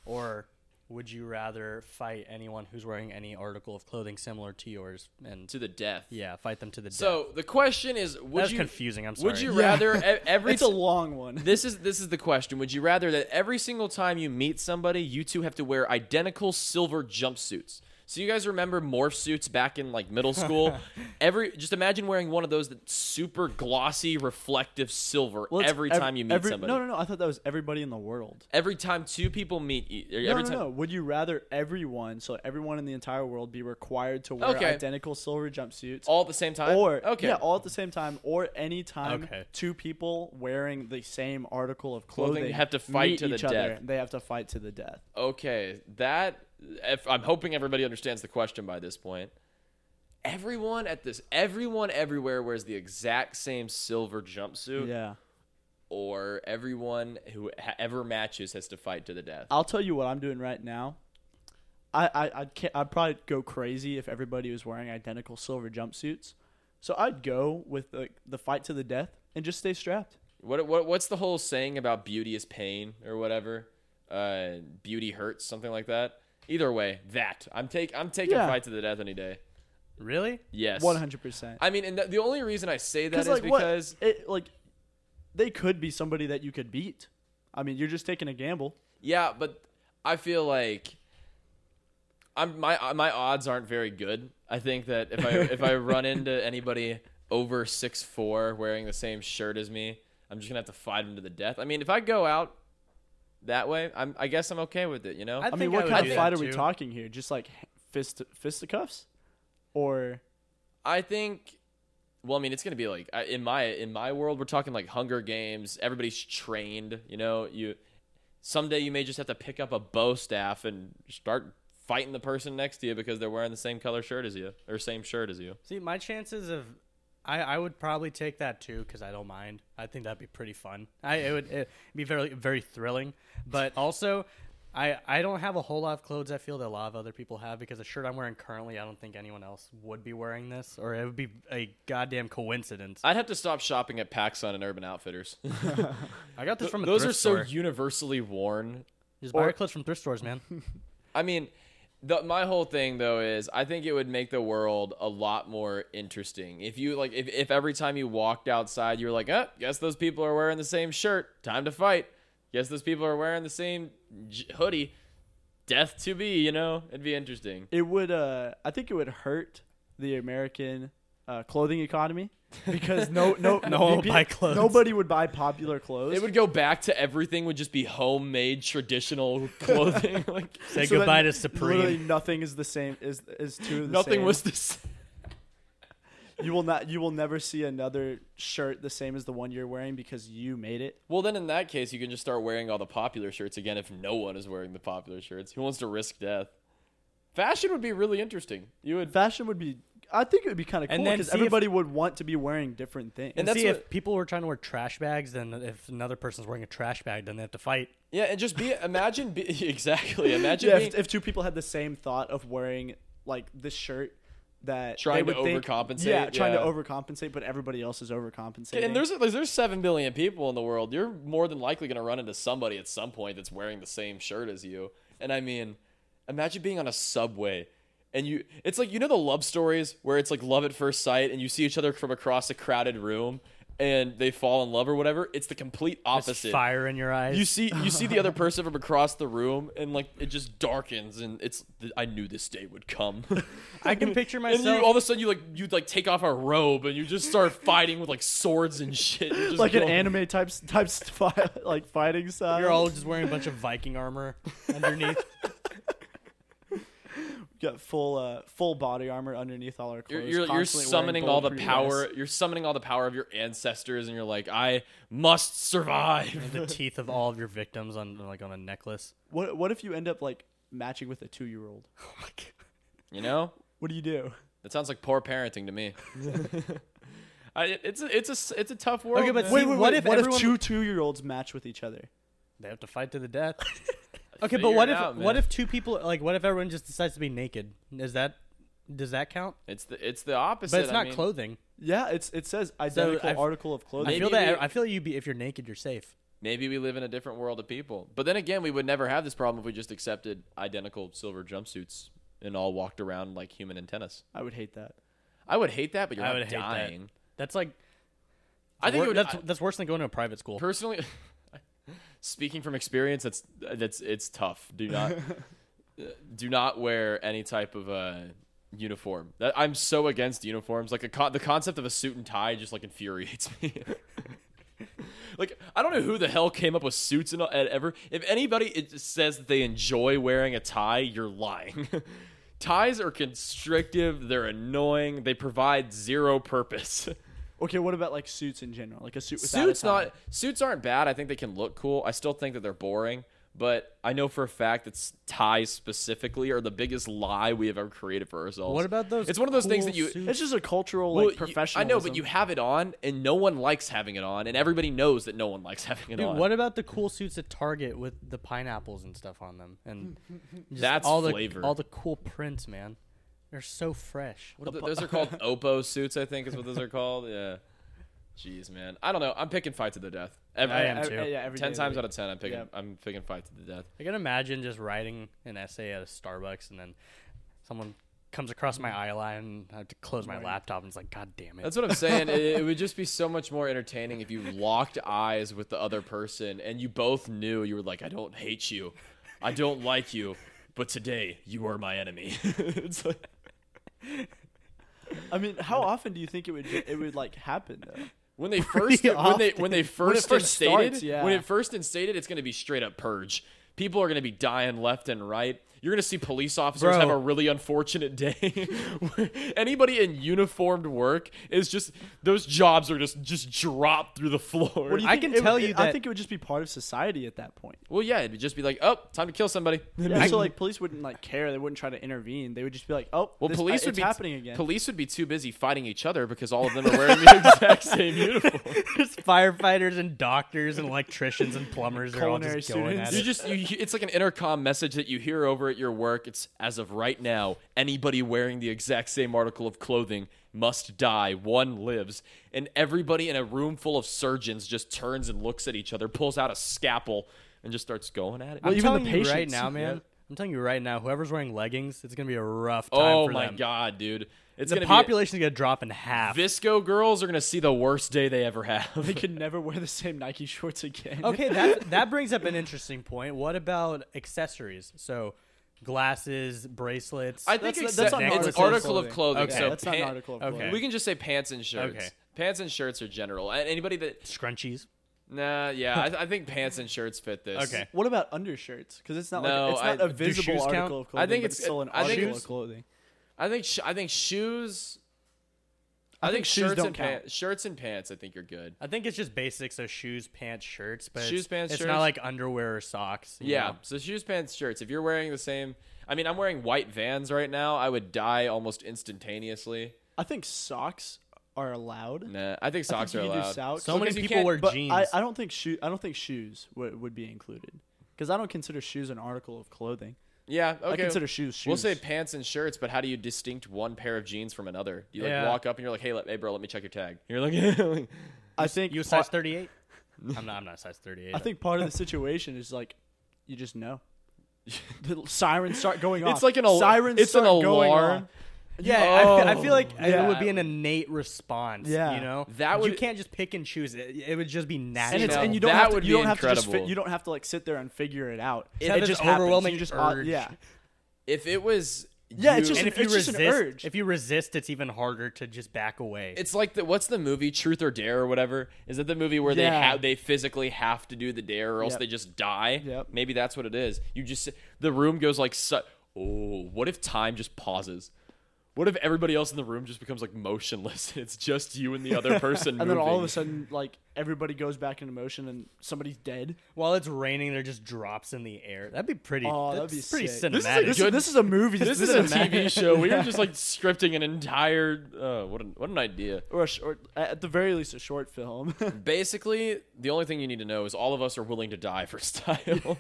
Speaker 3: or would you rather fight anyone who's wearing any article of clothing similar to yours and
Speaker 1: To the death.
Speaker 3: yeah, fight them to the death?
Speaker 1: So the question is, would
Speaker 3: That's
Speaker 1: you
Speaker 3: confusing. I'm sorry.
Speaker 1: would you rather e- every
Speaker 2: It's a
Speaker 1: t-
Speaker 2: long one.
Speaker 1: this is this is the question. Would you rather that every single time you meet somebody, you two have to wear identical silver jumpsuits? So you guys remember morph suits back in like middle school? every just imagine wearing one of those that's super glossy, reflective silver
Speaker 2: Well, it's
Speaker 1: every
Speaker 2: ev-
Speaker 1: time you meet
Speaker 2: every-
Speaker 1: somebody.
Speaker 2: No, no, no. I thought that was everybody in the world.
Speaker 1: Every time two people meet, e- every
Speaker 2: No, no,
Speaker 1: time
Speaker 2: no. Would you rather everyone, so everyone in the entire world, be required to wear
Speaker 1: Okay.
Speaker 2: identical silver jumpsuits,
Speaker 1: all at the same time,
Speaker 2: or
Speaker 1: okay,
Speaker 2: yeah, all at the same time, or any time
Speaker 3: Okay.
Speaker 2: two people wearing the same article of
Speaker 1: Clothing
Speaker 2: clothing,
Speaker 1: have to fight
Speaker 2: meet
Speaker 1: to the
Speaker 2: each other,
Speaker 1: death.
Speaker 2: They have to fight to the death.
Speaker 1: okay. That if, I'm hoping everybody understands the question by this point. Everyone at this, everyone everywhere wears the exact same silver jumpsuit,
Speaker 2: Yeah,
Speaker 1: or everyone who ha- ever matches has to fight to the death.
Speaker 2: I'll tell you what I'm doing right now. I I I'd, ca- I'd probably go crazy if everybody was wearing identical silver jumpsuits. So I'd go with the the fight to the death and just stay strapped.
Speaker 1: What, what what's the whole saying about beauty is pain or whatever? Uh, beauty hurts, something like that. Either way, that I'm take I'm taking
Speaker 2: Yeah.
Speaker 1: fight to the death any day.
Speaker 3: Really?
Speaker 1: Yes,
Speaker 2: One hundred percent.
Speaker 1: I mean, and the, the only reason I say that is
Speaker 2: Because like
Speaker 1: because
Speaker 2: what it like, they could be somebody that you could beat. I mean, you're just taking a gamble.
Speaker 1: yeah, but I feel like I'm my uh, my odds aren't very good. I think that if I if I run into anybody over six four wearing the same shirt as me, I'm just gonna have to fight them to the death. I mean, if I go out that way, I'm I guess I'm okay with it. You know,
Speaker 3: I
Speaker 2: I, mean,
Speaker 3: think
Speaker 2: what
Speaker 3: would
Speaker 2: kind
Speaker 3: do
Speaker 2: of
Speaker 3: that
Speaker 2: fight are we
Speaker 3: too.
Speaker 2: talking here? Just like h- fist fisticuffs, or
Speaker 1: I think. Well, I mean, it's gonna be like I- in my in my world, we're talking like Hunger Games. Everybody's trained. You know, you someday you may just have to pick up a bow staff and start fighting the person next to you because they're wearing the same color shirt as you or same shirt as you.
Speaker 3: See, my chances of I, I would probably take that too because I don't mind. I think that'd be pretty fun. I it would it'd be very very thrilling, but also I I don't have a whole lot of clothes. I feel that a lot of other people have because the shirt I'm wearing currently, I don't think anyone else would be wearing this, or it would be a goddamn coincidence. I,
Speaker 1: I'd have to stop shopping at PacSun and Urban Outfitters.
Speaker 3: got this from a
Speaker 1: Those
Speaker 3: thrift
Speaker 1: are so
Speaker 3: store.
Speaker 1: universally worn.
Speaker 3: Just buy
Speaker 2: or-
Speaker 3: your clothes from thrift stores, man.
Speaker 1: I mean, the, my whole thing though is I think it would make the world a lot more interesting if you like if, "Oh, if every time you walked outside you were like, uh, guess those people are wearing the same shirt. Time to fight. Guess those people are wearing the same j- hoodie. Death to be, you know? It'd be interesting.
Speaker 2: It would. Uh, I think it would hurt the American uh, clothing economy because no, no,
Speaker 3: No one would
Speaker 2: pe-
Speaker 3: buy clothes.
Speaker 2: Nobody would buy popular clothes.
Speaker 1: It would go back to everything would just be homemade traditional clothing. like
Speaker 3: Say
Speaker 2: So
Speaker 3: goodbye
Speaker 2: then
Speaker 3: to
Speaker 2: Literally
Speaker 3: Supreme.
Speaker 2: nothing is the same. Is is two of the
Speaker 1: nothing
Speaker 2: same.
Speaker 1: was the same.
Speaker 2: You will not. You will never see another shirt the same as the one you're wearing because you made it.
Speaker 1: Well, then in that case, you can just start wearing all the popular shirts again if no one is wearing the popular shirts. Who wants to risk death? Fashion would be really interesting. You would.
Speaker 2: Fashion would be. I think it would be kind of cool
Speaker 3: And then
Speaker 2: because
Speaker 3: see if-
Speaker 2: everybody would want to be wearing different things.
Speaker 1: And
Speaker 3: And
Speaker 1: that's
Speaker 3: see,
Speaker 1: what-
Speaker 3: if people were trying to wear trash bags, then if another person's wearing a trash bag, then they have to fight.
Speaker 1: Yeah, and just be. Imagine. Be, exactly. Imagine
Speaker 2: yeah,
Speaker 1: being,
Speaker 2: if, if two people had the same thought of wearing like this shirt that
Speaker 1: Trying
Speaker 2: they
Speaker 1: to
Speaker 2: would think-
Speaker 1: overcompensate,
Speaker 2: Yeah, trying
Speaker 1: yeah.
Speaker 2: to overcompensate, but everybody else is overcompensating.
Speaker 1: And there's like, there's seven billion people in the world. You're more than likely going to run into somebody at some point that's wearing the same shirt as you. And I mean, imagine being on a subway and you it's like you know the love stories where it's like love at first sight and you see each other from across a crowded room and they fall in love or whatever. It's the complete
Speaker 3: Just
Speaker 1: opposite.
Speaker 3: fire in your eyes.
Speaker 1: You see you see the other person from across the room and like it just darkens and it's I knew this day would come.
Speaker 3: I can picture
Speaker 1: And you,
Speaker 3: myself-
Speaker 1: all of a sudden you like you like take off a robe and you just start fighting with like swords and shit. You just
Speaker 2: like an
Speaker 1: go-
Speaker 2: anime type type fi- like fighting style.
Speaker 3: You're all just wearing a bunch of Viking armor underneath.
Speaker 2: got full uh, full body armor underneath all our
Speaker 1: You're,
Speaker 2: clothes.
Speaker 1: you're, you're
Speaker 2: constantly wearing
Speaker 1: summoning all the
Speaker 2: bulletproof
Speaker 1: power.
Speaker 2: vests.
Speaker 1: You're summoning all the power of your ancestors, and you're like, I must survive.
Speaker 3: the teeth of all of your victims on like on a necklace.
Speaker 2: What what if you end up like matching with a two year old?
Speaker 1: Oh You know,
Speaker 2: What do you do?
Speaker 1: that sounds like poor parenting to me. I, it's a, it's a s- it's a tough world.
Speaker 3: Okay, but
Speaker 1: man.
Speaker 3: see- what if
Speaker 2: what
Speaker 3: everyone-
Speaker 2: if two two year olds match with each other?
Speaker 3: They have to fight to the death. okay,
Speaker 1: Figure
Speaker 3: but what
Speaker 1: it
Speaker 3: if
Speaker 1: out,
Speaker 3: what
Speaker 1: man.
Speaker 3: if two people like what if everyone just decides to be naked? Is that does that count?
Speaker 1: it's the it's the opposite.
Speaker 3: But it's
Speaker 1: I
Speaker 3: not
Speaker 1: mean,
Speaker 3: clothing.
Speaker 2: Yeah, it's it says identical
Speaker 3: I've-
Speaker 2: article of
Speaker 3: I
Speaker 2: clothing.
Speaker 3: feel
Speaker 1: Maybe
Speaker 3: that
Speaker 1: we-
Speaker 3: I feel you be if you're naked, you're safe.
Speaker 1: Maybe we live in a different world of people. But then again, we would never have this problem if we just accepted identical silver jumpsuits and all walked around like human antennas.
Speaker 2: I would hate that.
Speaker 1: I would hate that, but you're
Speaker 3: I
Speaker 1: not
Speaker 3: would hate that.
Speaker 1: dying.
Speaker 3: That's like
Speaker 1: I think it
Speaker 3: wor-
Speaker 1: would,
Speaker 3: that's
Speaker 1: I-
Speaker 3: that's worse than going to a private school.
Speaker 1: personally speaking from experience that's that's it's tough do not uh, do not wear any type of uh uniform that i'm so against uniforms like a con- the concept of a suit and tie just like infuriates me like i don't know who the hell came up with suits and all- and ever if anybody it says that they enjoy wearing a tie you're lying ties are constrictive they're annoying they provide zero purpose
Speaker 2: Okay, what about like suits in general? Like a suit without
Speaker 1: suits
Speaker 2: a tie.
Speaker 1: not suits aren't bad. I think they can look cool. I still think that they're boring, but I know for a fact that s- ties specifically are the biggest lie we have ever created for ourselves.
Speaker 3: What about those
Speaker 1: It's one of those things
Speaker 3: cool
Speaker 1: that you
Speaker 3: suits?
Speaker 2: It's just a cultural
Speaker 1: well,
Speaker 2: like
Speaker 1: you-
Speaker 2: professional.
Speaker 1: I know, but you have it on, and no one likes having it on, and everybody knows that no one likes having it
Speaker 3: Dude,
Speaker 1: on.
Speaker 3: what about the cool suits at Target with the pineapples and stuff on them? And just
Speaker 1: That's
Speaker 3: all the
Speaker 1: flavor.
Speaker 3: all the cool prints, man. They're so fresh.
Speaker 1: What are the- those are called Oppo suits, I think is what those are called. Yeah. Jeez, man. I don't know. I'm picking fight to the death. Every,
Speaker 3: I am too.
Speaker 2: yeah, every
Speaker 1: ten
Speaker 2: day
Speaker 1: times
Speaker 2: the
Speaker 1: out of ten, I'm picking.
Speaker 2: Yeah.
Speaker 1: I'm picking fight to the death.
Speaker 3: I can imagine just writing an essay at a Starbucks and then someone comes across my eye line and I have to close my laptop and it's like, God damn it.
Speaker 1: That's what I'm saying. it, it would just be so much more entertaining if you locked eyes with the other person and you both knew you were like, I don't hate you, I don't like you, but today you are my enemy. it's like,
Speaker 2: week. I mean, how often do you think it would it would like happen though?
Speaker 1: when they first
Speaker 3: Pretty
Speaker 1: when they when they
Speaker 3: often.
Speaker 1: first,
Speaker 2: first
Speaker 1: instated
Speaker 2: starts, yeah.
Speaker 1: when it first instated, it's gonna be straight up purge. People are gonna be dying left and right. You're gonna see police officers
Speaker 3: Bro.
Speaker 1: have a really unfortunate day. where Anybody in uniformed work is just those jobs are just just dropped through the floor.
Speaker 2: What do you
Speaker 3: I
Speaker 2: think
Speaker 3: can
Speaker 2: it would-
Speaker 3: tell you
Speaker 2: I
Speaker 3: that-
Speaker 2: think it would just be part of society at that point.
Speaker 1: Well, yeah, it'd just be like, oh, time to kill somebody.
Speaker 2: Yeah, so like police wouldn't like care. They wouldn't try to intervene. They would just be like, "Oh,
Speaker 1: well,
Speaker 2: this-
Speaker 1: police
Speaker 2: it's
Speaker 1: would be
Speaker 2: happening again."
Speaker 1: Police would be too busy fighting each other because all of them are wearing the exact same uniform.
Speaker 3: There's firefighters and doctors and electricians and plumbers. They're all
Speaker 2: Culinary
Speaker 3: just going
Speaker 2: students.
Speaker 3: at
Speaker 1: You
Speaker 3: it.
Speaker 1: just, you, it's like an intercom message that you hear over at your work. It's as of right now, anybody wearing the exact same article of clothing must die. One lives, and everybody in a room full of surgeons just turns and looks at each other, pulls out a scalpel, and just starts going at it.
Speaker 3: I'm
Speaker 2: even the
Speaker 3: telling you right
Speaker 2: patients.
Speaker 3: now, man.
Speaker 2: Yeah.
Speaker 3: I'm telling you right now, whoever's wearing leggings, it's going to be a rough time
Speaker 1: oh
Speaker 3: for
Speaker 1: my
Speaker 3: them.
Speaker 1: god, dude! It's
Speaker 3: the
Speaker 1: gonna
Speaker 3: population's gonna drop in half.
Speaker 1: be Visco girls are gonna see the worst day they ever have.
Speaker 2: They can never wear the same Nike shorts again.
Speaker 3: okay, that that brings up an interesting point. What about accessories? So, glasses, bracelets.
Speaker 1: I think
Speaker 2: That's-
Speaker 1: it's
Speaker 2: that's
Speaker 3: not an
Speaker 1: it's
Speaker 3: article of
Speaker 1: article of clothing.
Speaker 2: clothing.
Speaker 3: Okay.
Speaker 1: so
Speaker 2: That's not an
Speaker 1: pant-
Speaker 2: article of
Speaker 3: okay.
Speaker 2: clothing.
Speaker 1: We can just say pants and shirts.
Speaker 3: Okay.
Speaker 1: Pants and shirts are general. A- Anybody that
Speaker 3: scrunchies.
Speaker 1: nah, yeah, I, I think pants and shirts fit this.
Speaker 3: Okay.
Speaker 2: What about undershirts? Because it's not
Speaker 1: No,
Speaker 2: like it's not
Speaker 1: I-
Speaker 2: a
Speaker 1: do
Speaker 2: visible
Speaker 3: shoes
Speaker 2: article
Speaker 3: count?
Speaker 2: of clothing.
Speaker 1: I think
Speaker 2: but
Speaker 1: it's-
Speaker 2: still an
Speaker 1: I think
Speaker 2: article
Speaker 1: it's-
Speaker 2: of clothing.
Speaker 1: I think sh- I think shoes. I,
Speaker 2: I
Speaker 1: think,
Speaker 2: think shoes
Speaker 1: shirts
Speaker 2: don't
Speaker 1: and
Speaker 2: count.
Speaker 1: pants. Shirts and pants. I think you're good.
Speaker 3: I think it's just basics of shoes, pants, shirts. But
Speaker 1: Shoes,
Speaker 3: it's,
Speaker 1: pants,
Speaker 3: It's
Speaker 1: shirts.
Speaker 3: not like underwear or socks. you
Speaker 1: Yeah.
Speaker 3: know?
Speaker 1: So shoes, pants, shirts. If you're wearing the same, I mean, I'm wearing white Vans right now. I would die almost instantaneously.
Speaker 2: I think socks are allowed.
Speaker 1: Nah, I think socks
Speaker 2: you
Speaker 1: are
Speaker 2: can do
Speaker 1: allowed.
Speaker 2: socks.
Speaker 3: So many
Speaker 1: Because you
Speaker 3: people
Speaker 1: can't-
Speaker 3: wear
Speaker 2: But
Speaker 3: jeans.
Speaker 2: I, I don't think shoe I don't think shoes would, would be included because I don't consider shoes an article of clothing.
Speaker 1: Yeah. Okay.
Speaker 2: I consider shoes shoes.
Speaker 1: We'll say pants and shirts, but how do you distinct one pair of jeans from another? You like
Speaker 3: Yeah.
Speaker 1: walk up and you're like, "Hey, let, hey, bro, let me check your tag." You're like,
Speaker 2: I think
Speaker 3: you a
Speaker 2: part,
Speaker 3: size thirty eight? I'm not. I'm not a size thirty eight.
Speaker 2: I think part of the situation is like you just know. the sirens start going off.
Speaker 1: It's like an al-
Speaker 2: sirens
Speaker 1: it's an
Speaker 2: start going
Speaker 1: alarm.
Speaker 2: off.
Speaker 3: Yeah, I, feel, I
Speaker 1: Oh.
Speaker 3: feel like it
Speaker 2: Yeah.
Speaker 3: would be an innate response.
Speaker 2: Yeah.
Speaker 3: you know,
Speaker 1: That
Speaker 3: you
Speaker 1: would-
Speaker 3: can't just pick and choose. It, it would just be
Speaker 2: And,
Speaker 3: natural.
Speaker 2: it's,
Speaker 1: know,
Speaker 2: and you don't
Speaker 1: that
Speaker 2: have to,
Speaker 1: would
Speaker 2: you
Speaker 1: be
Speaker 2: don't have to just
Speaker 1: incredible.
Speaker 2: fit, you don't have to like sit there and figure it out.
Speaker 3: Instead of
Speaker 2: it
Speaker 3: this
Speaker 2: just happens.
Speaker 3: overwhelming
Speaker 2: You just uh,
Speaker 3: urge.
Speaker 2: yeah.
Speaker 1: If it was,
Speaker 2: Yeah, it's
Speaker 1: you-
Speaker 2: just
Speaker 3: and
Speaker 2: an-
Speaker 3: if you
Speaker 2: it's just
Speaker 3: resist,
Speaker 2: an urge.
Speaker 3: if you resist, it's even harder to just back away.
Speaker 1: it's like the what's the movie Truth or Dare or whatever? Is that the movie where they
Speaker 2: Yeah.
Speaker 1: have they physically have to do the dare or else
Speaker 2: Yep.
Speaker 1: they just die?
Speaker 2: Yep.
Speaker 1: Maybe that's what it is. You just the room goes like su- oh, what if time just pauses? What if everybody else in the room just becomes like motionless? It's just you and the other person.
Speaker 2: And then all of
Speaker 1: moving?
Speaker 2: a sudden, like everybody goes back into motion, and somebody's dead.
Speaker 3: While it's raining, there just drops in the air. That'd be pretty.
Speaker 2: Oh, that'd
Speaker 3: that'd be
Speaker 2: be
Speaker 3: pretty
Speaker 2: sick.
Speaker 1: This is a
Speaker 3: cinematic.
Speaker 2: This,
Speaker 1: Good-
Speaker 2: this is a movie.
Speaker 1: this is a TV show. We were just like scripting an entire. Uh, what an what an idea.
Speaker 2: or, a short, at the very least, a short film.
Speaker 1: Hmm. Basically, the only thing you need to know is all of us are willing to die for style.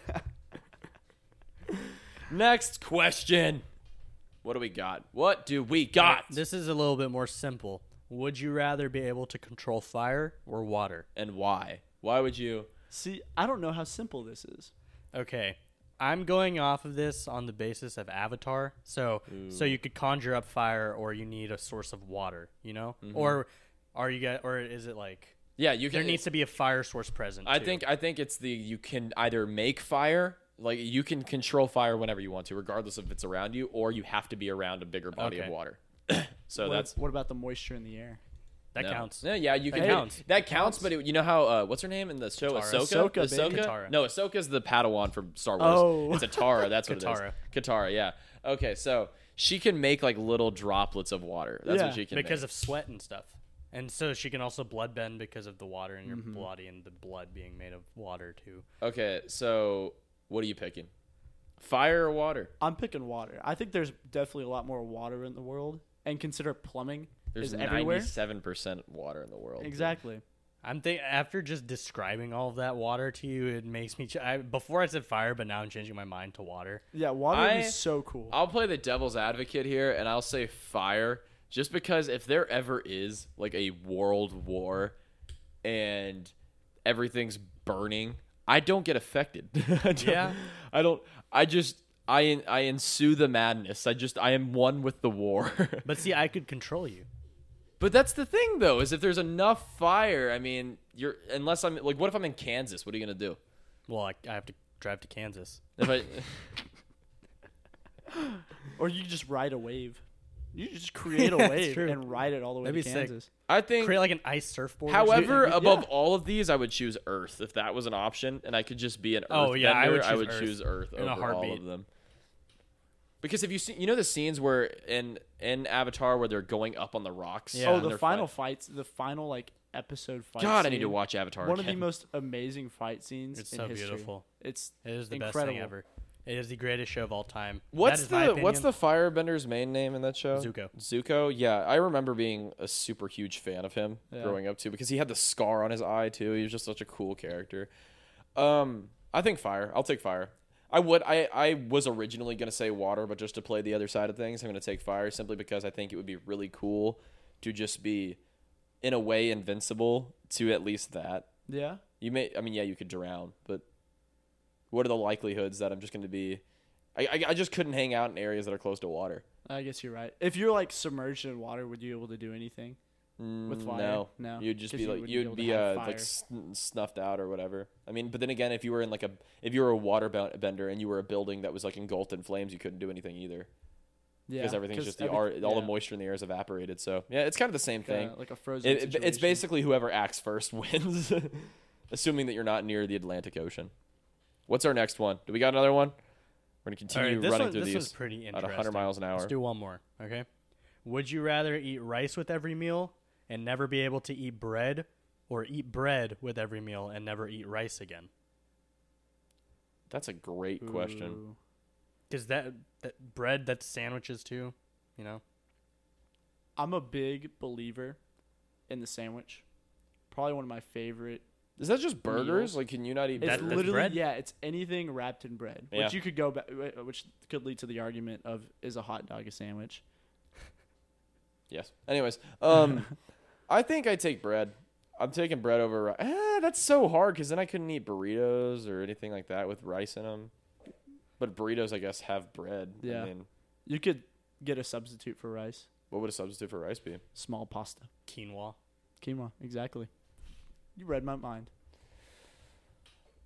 Speaker 1: Next question. What do we got? What do we got?
Speaker 3: This is a little bit more simple. Would you rather be able to control fire or water?
Speaker 1: and why? Why would you?
Speaker 2: See, I don't know how simple this is.
Speaker 3: Okay. I'm going off of this on the basis of Avatar. So so you could conjure up fire or you need a source of water, you know? Or are you get or is it like
Speaker 1: Mm-hmm. Yeah, you can.
Speaker 3: there needs to be a fire source present?
Speaker 1: I
Speaker 3: too.
Speaker 1: think I think it's the you can either make fire, like you can control fire whenever you want to, regardless if it's around you, or you have to be around a bigger body of
Speaker 3: Okay.
Speaker 1: water. so
Speaker 2: what,
Speaker 1: Oh, that's
Speaker 2: what about the moisture in the air?
Speaker 3: that
Speaker 1: No.
Speaker 3: counts.
Speaker 1: No, yeah, you
Speaker 3: That
Speaker 1: can.
Speaker 3: counts.
Speaker 1: That counts, but it, you know how uh, what's her name in the show?
Speaker 3: Katara.
Speaker 1: Ahsoka.
Speaker 2: Ahsoka, baby.
Speaker 1: Ahsoka.
Speaker 3: Katara.
Speaker 1: No, Ahsoka's the Padawan from Star Wars.
Speaker 2: Oh.
Speaker 1: it's Atara. That's what
Speaker 3: Katara.
Speaker 1: it is. Katara. Yeah. Okay, so she can make like little droplets of water. That's
Speaker 2: Yeah.
Speaker 1: what she can.
Speaker 3: Because
Speaker 1: make.
Speaker 3: of sweat and stuff. And so she can also bloodbend because of the water in your
Speaker 1: Mm-hmm.
Speaker 3: body and the blood being made of water too.
Speaker 1: okay, so what are you picking? Fire or water?
Speaker 2: I'm picking water. I think there's definitely a lot more water in the world, and consider plumbing
Speaker 1: There's
Speaker 2: is everywhere.
Speaker 1: ninety-seven percent water in the world.
Speaker 2: Exactly.
Speaker 3: I'm think after just describing all of that water to you, it makes me. Ch- I, before I said fire, but now I'm changing my mind to water.
Speaker 2: Yeah, water
Speaker 1: I-
Speaker 2: is so cool.
Speaker 1: I'll play the devil's advocate here, and I'll say fire, just because if there ever is like a world war, and everything's burning, I don't get affected. I don't-
Speaker 3: Yeah.
Speaker 1: I don't. I just I I ensue the madness. I just I am one with the war.
Speaker 3: But see, I could control you.
Speaker 1: but that's the thing, though, is if there's enough fire, I mean, you're unless I'm like, what if I'm in Kansas? What are you gonna do?
Speaker 3: Well, I, I have to drive to Kansas.
Speaker 1: If I
Speaker 2: or you just ride a wave. You just create a
Speaker 3: Yeah, it's
Speaker 2: wave
Speaker 3: true.
Speaker 2: and ride it all the way
Speaker 3: That'd
Speaker 2: to
Speaker 3: be sick.
Speaker 2: Kansas.
Speaker 1: I think
Speaker 3: Create like an ice surfboard. or something.
Speaker 1: However,
Speaker 2: Yeah.
Speaker 1: above all of these, I would choose Earth if that was an option, and I could just be an Earth.
Speaker 3: Oh, yeah, I would choose Earth
Speaker 1: choose Earth
Speaker 3: in a
Speaker 1: over all
Speaker 3: heartbeat.
Speaker 1: of them. Because if you see, you know the scenes where in in Avatar where they're going up on the rocks.
Speaker 3: Yeah.
Speaker 2: oh,
Speaker 1: and
Speaker 2: the
Speaker 1: they're
Speaker 2: final
Speaker 1: fight-
Speaker 2: fights, the final like episode fight.
Speaker 1: God, I need to
Speaker 2: scene.
Speaker 1: watch Avatar.
Speaker 2: One of the
Speaker 1: again.
Speaker 2: most amazing fight scenes.
Speaker 3: It's
Speaker 2: in
Speaker 3: so
Speaker 2: history.
Speaker 3: beautiful.
Speaker 2: It's
Speaker 3: it is the best
Speaker 2: incredible.
Speaker 3: thing ever. It is the greatest show of all time.
Speaker 1: What's
Speaker 3: That is my
Speaker 1: the What's the
Speaker 3: opinion.
Speaker 1: firebender's main name in that show?
Speaker 3: Zuko.
Speaker 1: Zuko. Yeah, I remember being a super huge fan of him
Speaker 2: Yeah.
Speaker 1: growing up too, because he had the scar on his eye too. He was just such a cool character. Um, I think fire. I'll take fire. I would. I I was originally gonna say water, but just to play the other side of things, I'm gonna take fire simply because I think it would be really cool to just be, in a way, invincible to at least that.
Speaker 2: Yeah.
Speaker 1: You may, I mean, yeah, you could drown, but what are the likelihoods that I'm just going to be I, I, I just couldn't hang out in areas that are close to water.
Speaker 2: I guess you're right. If you're like submerged in water, would you be able to do anything?
Speaker 1: With
Speaker 2: fire?
Speaker 1: No,
Speaker 2: No,
Speaker 1: You'd just
Speaker 2: 'cause
Speaker 1: be
Speaker 2: you
Speaker 1: like
Speaker 2: wouldn't be
Speaker 1: you'd
Speaker 2: able to
Speaker 1: be
Speaker 2: have
Speaker 1: uh,
Speaker 2: fire.
Speaker 1: like sn- snuffed out or whatever. I mean, but then again, if you were in like a if you were a water bound- bender and you were a building that was like engulfed in flames, you couldn't do anything either
Speaker 2: Yeah,
Speaker 1: because everything's just the
Speaker 2: every-
Speaker 1: ar all the
Speaker 2: yeah,
Speaker 1: moisture in the air is evaporated. So yeah, it's kind of the same
Speaker 2: like
Speaker 1: thing.
Speaker 2: a, like a frozen.
Speaker 1: It- it- it's
Speaker 2: situation.
Speaker 1: basically whoever acts first wins, assuming that you're not near the Atlantic Ocean. What's our next one? Do we got another one? We're gonna
Speaker 3: All right,
Speaker 1: continue
Speaker 3: this
Speaker 1: running
Speaker 3: one,
Speaker 1: through
Speaker 3: this one's
Speaker 1: these
Speaker 3: pretty
Speaker 1: at
Speaker 3: interesting.
Speaker 1: 100 miles an hour.
Speaker 3: Let's do one more, okay? Would you rather eat rice with every meal and never be able to eat bread, or eat bread with every meal and never eat rice again?
Speaker 1: That's a great question.
Speaker 2: Ooh.
Speaker 3: Because that, that bread, that's sandwiches too, you know?
Speaker 2: I'm a big believer in the sandwich. Probably one of my favorite.
Speaker 1: Is that just burgers?
Speaker 2: Meals.
Speaker 1: Like, can you not eat
Speaker 2: It's
Speaker 3: That-
Speaker 1: burgers?
Speaker 3: that's
Speaker 2: literally
Speaker 3: bread?
Speaker 2: yeah, it's anything wrapped in bread,
Speaker 1: Yeah.
Speaker 2: which you could go back, which could lead to the argument of is a hot dog a sandwich?
Speaker 1: Yes. Anyways, um, I think I take bread. I'm taking bread over rice. Ah, that's so hard because then I couldn't eat burritos or anything like that with rice in them. But burritos, I guess, have bread.
Speaker 2: Yeah.
Speaker 1: I mean,
Speaker 2: You could get a substitute for rice,
Speaker 1: what would a substitute for rice be?
Speaker 2: small pasta,
Speaker 3: Quinoa.
Speaker 2: quinoa. Exactly. You read my mind.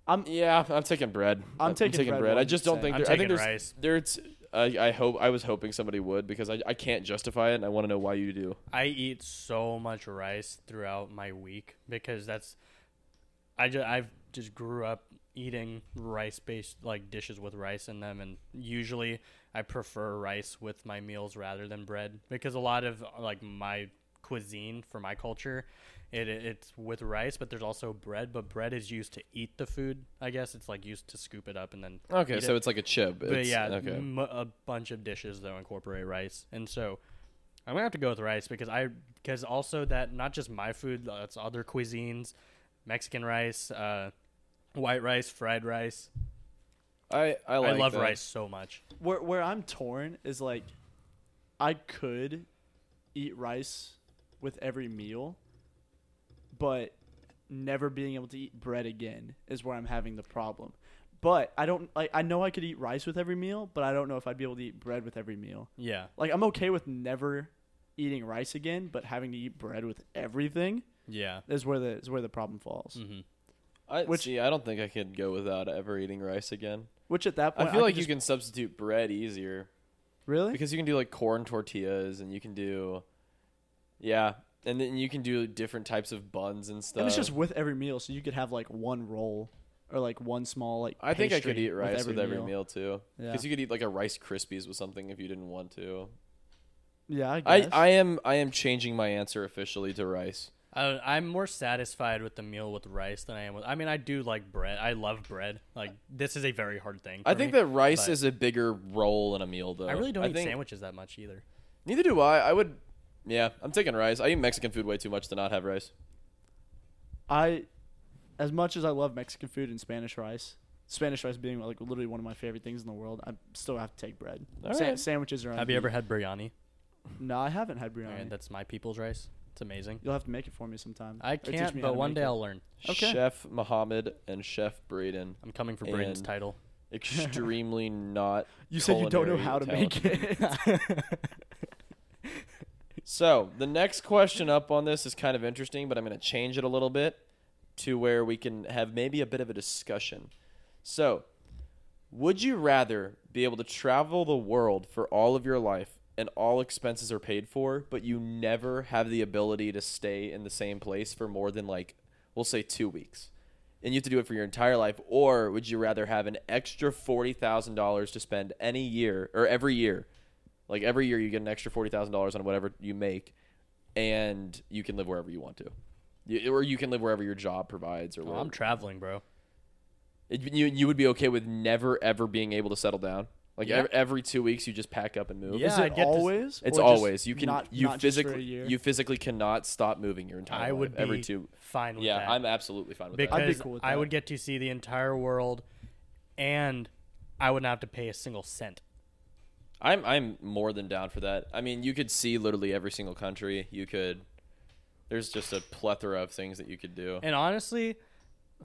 Speaker 2: I'm
Speaker 1: Yeah, I'm taking bread.
Speaker 2: I'm taking
Speaker 1: bread.
Speaker 2: bread
Speaker 1: I just don't think
Speaker 2: 100%.
Speaker 3: I'm
Speaker 1: there, I think
Speaker 3: taking
Speaker 1: there's there's
Speaker 3: rice.
Speaker 1: I, I hope I was hoping somebody would because I, I can't justify it and I want to know why you do.
Speaker 3: I eat so much rice throughout my week because that's I just I've just grew up eating rice based like dishes with rice in them and usually I prefer rice with my meals rather than bread because a lot of like my cuisine for my culture it it's with rice but there's also bread but bread is used to eat the food I guess it's like used to scoop it up and then
Speaker 1: Okay,
Speaker 3: eat
Speaker 1: so
Speaker 3: it.
Speaker 1: it's like a chip.
Speaker 3: But
Speaker 1: It's-
Speaker 3: yeah, mm,
Speaker 1: okay.
Speaker 3: m- a bunch of dishes though incorporate rice, and so I'm gonna have to go with rice because I because also that not just my food, that's other cuisines, Mexican rice, uh, white rice, fried rice.
Speaker 1: I I,
Speaker 3: I,
Speaker 1: like
Speaker 3: love
Speaker 1: that.
Speaker 3: rice so much.
Speaker 2: where where I'm torn is like I could eat rice with every meal, but never being able to eat bread again is where I'm having the problem. But I don't like I know I could eat rice with every meal, but I don't know if I'd be able to eat bread with every meal.
Speaker 3: Yeah,
Speaker 2: Like I'm okay with never eating rice again, but having to eat bread with everything
Speaker 3: yeah.
Speaker 2: is where the is where the problem falls.
Speaker 3: hmm
Speaker 1: I,
Speaker 2: Which-
Speaker 1: see, I don't think I could go without ever eating rice again.
Speaker 2: Which at that
Speaker 1: I
Speaker 2: point
Speaker 1: feel like
Speaker 2: could
Speaker 1: you
Speaker 2: just-
Speaker 1: can substitute bread easier
Speaker 2: really
Speaker 1: because you can do like corn tortillas and you can do yeah, and then you can do different types of buns and stuff.
Speaker 2: And it's just with every meal, so you could have like one roll or like one small like.
Speaker 1: I think I
Speaker 2: pastry
Speaker 1: could eat rice with every meal, too.
Speaker 2: Yeah.
Speaker 1: Because you could eat like a Rice Krispies with something if you didn't want to.
Speaker 2: Yeah, I
Speaker 1: I,
Speaker 2: guess.
Speaker 1: I am I am changing my answer officially to rice.
Speaker 3: I, I'm more satisfied with the meal with rice than I am with. I mean, I do like bread. I love bread. Like this is a very hard thing.
Speaker 1: I
Speaker 3: for
Speaker 1: think
Speaker 3: me,
Speaker 1: that rice
Speaker 3: but
Speaker 1: is a bigger role in a meal though.
Speaker 3: I really don't eat
Speaker 1: think,
Speaker 3: sandwiches that much either.
Speaker 1: Neither do I. I would. Yeah, I'm taking rice. I eat Mexican food way too much to not have rice.
Speaker 2: I, as much as I love Mexican food and Spanish rice, Spanish rice being like literally one of my favorite things in the world, I still have to take bread.
Speaker 1: All
Speaker 2: Sa-
Speaker 1: right.
Speaker 2: Sandwiches are.
Speaker 3: Have you
Speaker 2: unbeat-
Speaker 3: ever had biryani?
Speaker 2: No, I haven't had biryani.
Speaker 3: All right, that's my people's rice. It's amazing.
Speaker 2: You'll have to make it for me sometime.
Speaker 3: I
Speaker 2: or teach
Speaker 3: can't,
Speaker 2: me how
Speaker 3: but
Speaker 2: to
Speaker 3: one
Speaker 2: make
Speaker 3: day
Speaker 2: it.
Speaker 3: I'll learn.
Speaker 2: Okay.
Speaker 1: Chef Mohammed and Chef Braden,
Speaker 3: I'm coming for Braden's
Speaker 1: And-
Speaker 3: title.
Speaker 1: extremely not.
Speaker 2: You said you don't know
Speaker 1: culinary
Speaker 2: how to
Speaker 1: talent.
Speaker 2: make it.
Speaker 1: So the next question up on this is kind of interesting, but I'm going to change it a little bit to where we can have maybe a bit of a discussion. So, would you rather be able to travel the world for all of your life and all expenses are paid for, but you never have the ability to stay in the same place for more than like, we'll say two weeks? And you have to do it for your entire life, or would you rather have an extra forty thousand dollars to spend any year or every year like every year you get an extra forty thousand dollars on whatever you make, and you can live wherever you want to, you, or you can live wherever your job provides, or
Speaker 3: Well,
Speaker 1: wherever.
Speaker 3: Oh, I'm traveling, bro.
Speaker 1: It- you you would be okay with never ever being able to settle down. Like
Speaker 3: Yeah.
Speaker 1: ev- every two weeks you just pack up and move.
Speaker 3: Yeah,
Speaker 2: Is
Speaker 3: I
Speaker 2: it
Speaker 3: get to s-
Speaker 2: always?
Speaker 1: It's
Speaker 2: or just
Speaker 1: always you can
Speaker 2: not,
Speaker 1: you
Speaker 2: not just for a
Speaker 1: physically
Speaker 2: year?
Speaker 1: you physically cannot stop moving your entire
Speaker 3: I
Speaker 1: life.
Speaker 3: would be
Speaker 1: every two.
Speaker 3: fine with
Speaker 1: Yeah,
Speaker 3: that.
Speaker 1: I'm absolutely fine with that.
Speaker 2: I'd be
Speaker 3: because
Speaker 2: cool with
Speaker 3: I
Speaker 2: that.
Speaker 3: would get to see the entire world, and I wouldn't have to pay a single cent.
Speaker 1: I'm I'm more than down for that. I mean, you could see literally every single country. You could. There's just a plethora of things that you could do.
Speaker 3: And honestly,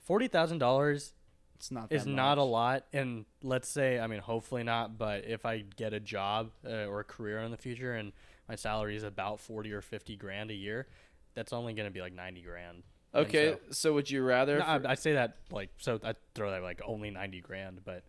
Speaker 3: forty thousand dollars
Speaker 2: It's not. That
Speaker 3: is not a
Speaker 2: much.
Speaker 3: lot and let's say i mean hopefully not but if i get a job uh, or a career in the future and my salary is about 40 or 50 grand a year that's only going to be like 90 grand And
Speaker 1: Okay,
Speaker 3: so-
Speaker 1: so, would you rather?
Speaker 3: No, I,
Speaker 1: for-
Speaker 3: I say that like so i throw that like only 90 grand but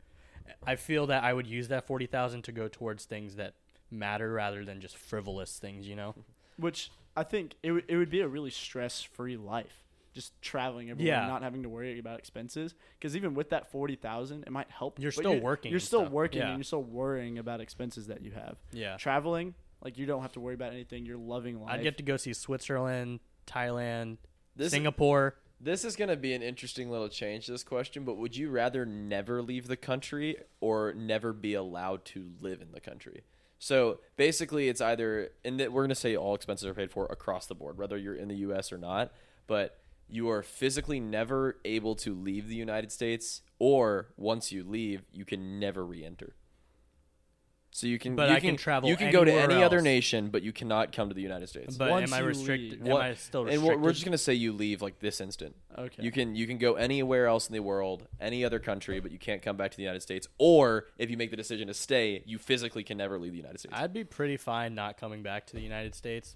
Speaker 3: i feel that i would use that 40000 to go towards things that matter rather than just frivolous things you know
Speaker 2: Which I think it would it would be a really stress free life. Just traveling everywhere,
Speaker 3: Yeah.
Speaker 2: and not having to worry about expenses. Because even with that forty thousand, it might help.
Speaker 3: You're
Speaker 2: but
Speaker 3: still working
Speaker 2: You're
Speaker 3: and
Speaker 2: still
Speaker 3: stuff.
Speaker 2: working,
Speaker 3: Yeah.
Speaker 2: and you're still worrying about expenses that you have.
Speaker 3: yeah
Speaker 2: Traveling, like you don't have to worry about anything. You're loving life.
Speaker 3: i'd get to go see switzerland thailand
Speaker 1: this is-
Speaker 3: singapore
Speaker 1: This is going to be an interesting little change to this question, but would you rather never leave the country or never be allowed to live in the country? So basically, it's either, and that we're going to say all expenses are paid for across the board, whether you're in the U.S. or not, but you are physically never able to leave the United States, or once you leave, you can never re enter. So you can,
Speaker 3: But
Speaker 1: you
Speaker 3: I can travel
Speaker 1: You can go to
Speaker 3: anywhere
Speaker 1: any other
Speaker 3: else.
Speaker 1: nation, but you cannot come to the United States.
Speaker 3: but
Speaker 2: Once
Speaker 3: am i
Speaker 2: you
Speaker 3: restricted
Speaker 2: leave-
Speaker 3: am
Speaker 1: What-
Speaker 3: i still
Speaker 1: and
Speaker 3: restricted
Speaker 1: we're, we're just gonna say you leave like this instant.
Speaker 2: Okay.
Speaker 1: You can you can go anywhere else in the world, any other country, but you can't come back to the United States. Or if you make the decision to stay, you physically can never leave the United States.
Speaker 3: I'd be pretty fine not coming back to the United States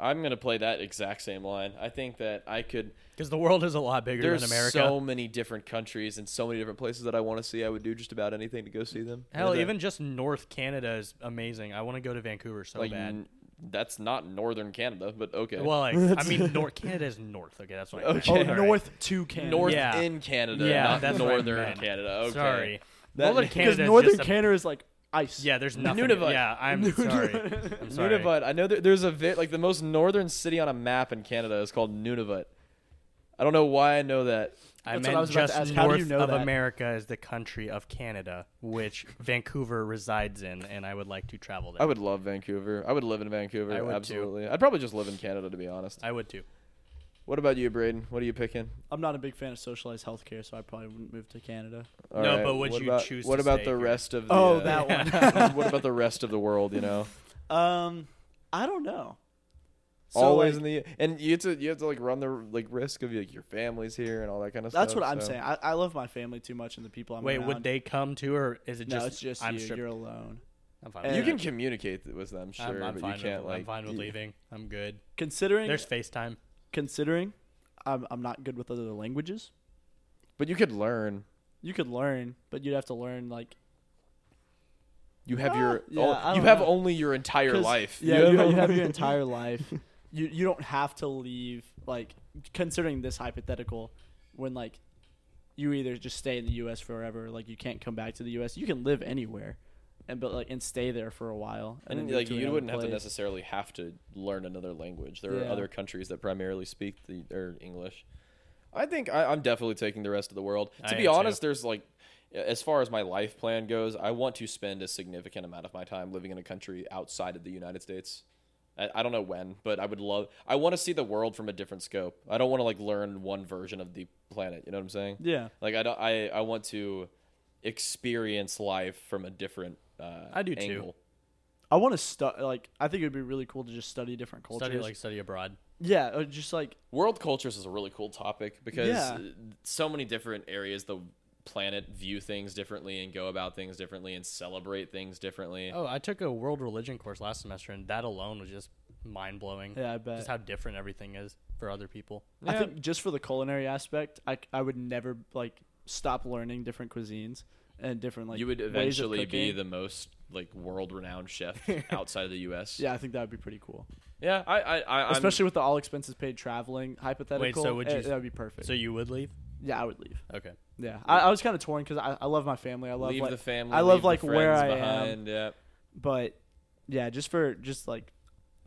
Speaker 1: I, am gonna play that exact same line. I think that I could.
Speaker 3: because the world is a lot bigger
Speaker 1: There's
Speaker 3: than America.
Speaker 1: so many different countries and so many different places that I want to see. I would do just about anything to go see them.
Speaker 3: Hell,
Speaker 1: And, uh,
Speaker 3: even just North Canada is amazing. I want to go to Vancouver so
Speaker 1: like
Speaker 3: bad.
Speaker 1: n- that's not northern Canada, but okay.
Speaker 3: Well, like I mean, North Canada is north. Okay, that's what. I meant.
Speaker 1: Okay.
Speaker 2: oh,
Speaker 1: All right.
Speaker 2: north to Canada.
Speaker 1: north
Speaker 3: Yeah.
Speaker 1: in Canada,
Speaker 3: Yeah,
Speaker 1: not
Speaker 3: that's what I
Speaker 1: northern
Speaker 3: meant.
Speaker 1: Canada. Okay.
Speaker 3: Sorry,
Speaker 1: That-
Speaker 3: Northern
Speaker 1: Because
Speaker 2: because
Speaker 3: Canada. is
Speaker 2: northern
Speaker 3: just a-
Speaker 2: Canada is like ice.
Speaker 3: yeah, there's nothing.
Speaker 1: Nunavut.
Speaker 3: Yeah, I'm sorry. I'm sorry.
Speaker 1: Nunavut. I know there, there's a vi- like the most northern city on a map in Canada is called Nunavut. I don't know why I know that.
Speaker 2: That's
Speaker 3: I
Speaker 2: what
Speaker 3: meant
Speaker 2: I was about to
Speaker 3: just
Speaker 2: ask. How do
Speaker 3: north
Speaker 2: you know
Speaker 3: of
Speaker 2: that?
Speaker 3: America is the country of Canada, which Vancouver resides in, and I would like to travel there.
Speaker 1: I would love Vancouver. I would live in Vancouver.
Speaker 3: I would, too.
Speaker 1: absolutely. I'd probably just live in Canada to be honest.
Speaker 3: I would too.
Speaker 1: What about you, Braden? What are you picking?
Speaker 2: I'm not a big fan of socialized healthcare, so I probably wouldn't move to Canada.
Speaker 1: All
Speaker 3: No, but would
Speaker 1: what
Speaker 3: you
Speaker 1: about-
Speaker 3: choose
Speaker 1: What
Speaker 3: to
Speaker 1: about
Speaker 3: stay
Speaker 1: the
Speaker 3: here?
Speaker 1: rest of the?
Speaker 2: Oh,
Speaker 1: uh,
Speaker 2: that one.
Speaker 1: what about the rest of the world? You know,
Speaker 2: Um, I don't know. So,
Speaker 1: always in
Speaker 2: like,
Speaker 1: the and you have to you have to like run the like risk of like your family's here and all that kind of
Speaker 2: That's
Speaker 1: stuff.
Speaker 2: what I'm
Speaker 1: so-
Speaker 2: saying. I, I love my family too much and the people I'm
Speaker 3: Wait,
Speaker 2: around.
Speaker 3: would they come too, or is it
Speaker 2: No,
Speaker 3: just
Speaker 2: it's just
Speaker 3: I'm
Speaker 2: you.
Speaker 3: stripped?
Speaker 2: You're eh, alone.
Speaker 3: I'm fine.
Speaker 2: And-
Speaker 3: with
Speaker 1: You can
Speaker 3: that.
Speaker 1: communicate with them, sure,
Speaker 3: I'm, I'm
Speaker 1: but
Speaker 3: fine
Speaker 1: you can't
Speaker 3: with,
Speaker 1: like.
Speaker 3: I'm fine with
Speaker 1: you-
Speaker 3: leaving. I'm good.
Speaker 2: Considering
Speaker 3: There's FaceTime.
Speaker 2: considering, I'm I'm not good with other languages.
Speaker 1: But you could learn.
Speaker 2: You could learn, but you'd have to learn like
Speaker 1: You have
Speaker 2: Ah,
Speaker 1: your
Speaker 2: yeah,
Speaker 1: all-
Speaker 2: I
Speaker 1: you
Speaker 2: don't
Speaker 1: have
Speaker 2: know.
Speaker 1: only your entire
Speaker 2: 'cause-
Speaker 1: life.
Speaker 2: Yeah,
Speaker 1: You
Speaker 2: you,
Speaker 1: have
Speaker 2: you have
Speaker 1: only-
Speaker 2: your entire life. You you don't have to leave. Like considering this hypothetical, when like you either just stay in the U.S. forever, like you can't come back to the U.S. You can live anywhere, and but like and stay there for a while.
Speaker 1: and,
Speaker 2: then move
Speaker 1: like
Speaker 2: to
Speaker 1: you
Speaker 2: another
Speaker 1: wouldn't have to
Speaker 2: place.
Speaker 1: necessarily have to learn another language. There are
Speaker 2: Yeah.
Speaker 1: other countries that primarily speak the or English. I think I, I'm definitely taking the rest of the world.
Speaker 3: I
Speaker 1: To
Speaker 3: am
Speaker 1: be
Speaker 3: too.
Speaker 1: honest, there's like, as far as my life plan goes, I want to spend a significant amount of my time living in a country outside of the United States. I, I don't know when, but I would love. I want to see the world from a different scope. I don't want to like learn one version of the planet. You know what I'm saying?
Speaker 2: Yeah.
Speaker 1: Like I don't. I I want to experience life from a different. Uh,
Speaker 3: I do too.
Speaker 1: angle.
Speaker 2: I want to study. Like, I think it would be really cool to just study different cultures.
Speaker 3: Study like study abroad.
Speaker 2: yeah, or just like
Speaker 1: World cultures is a really cool topic because
Speaker 2: Yeah.
Speaker 1: uh, so many different areas the planet view things differently and go about things differently and celebrate things differently.
Speaker 3: Oh, I took a world religion course last semester, and that alone was just mind blowing.
Speaker 2: yeah, I bet.
Speaker 3: Just how different everything is for other people.
Speaker 2: I think just for the culinary aspect, I I would never like stop learning different cuisines and different like
Speaker 1: you would
Speaker 2: ways of
Speaker 1: eventually be
Speaker 2: cooking.
Speaker 1: the most like world-renowned chef outside of the U.S.
Speaker 2: yeah. I think that would be pretty cool,
Speaker 1: yeah. I, I, I I'm-
Speaker 2: especially with the all expenses paid traveling hypothetical. eh,
Speaker 3: would you-
Speaker 2: that would be perfect.
Speaker 3: So you would leave?
Speaker 2: yeah, I would leave.
Speaker 3: Okay.
Speaker 2: Yeah, I, I was kind of torn because I, I love my family. I love
Speaker 1: leave
Speaker 2: like,
Speaker 1: the family.
Speaker 2: I love
Speaker 1: leave the
Speaker 2: like where
Speaker 1: friends
Speaker 2: I am,
Speaker 1: behind. Yeah.
Speaker 2: but yeah, just for just like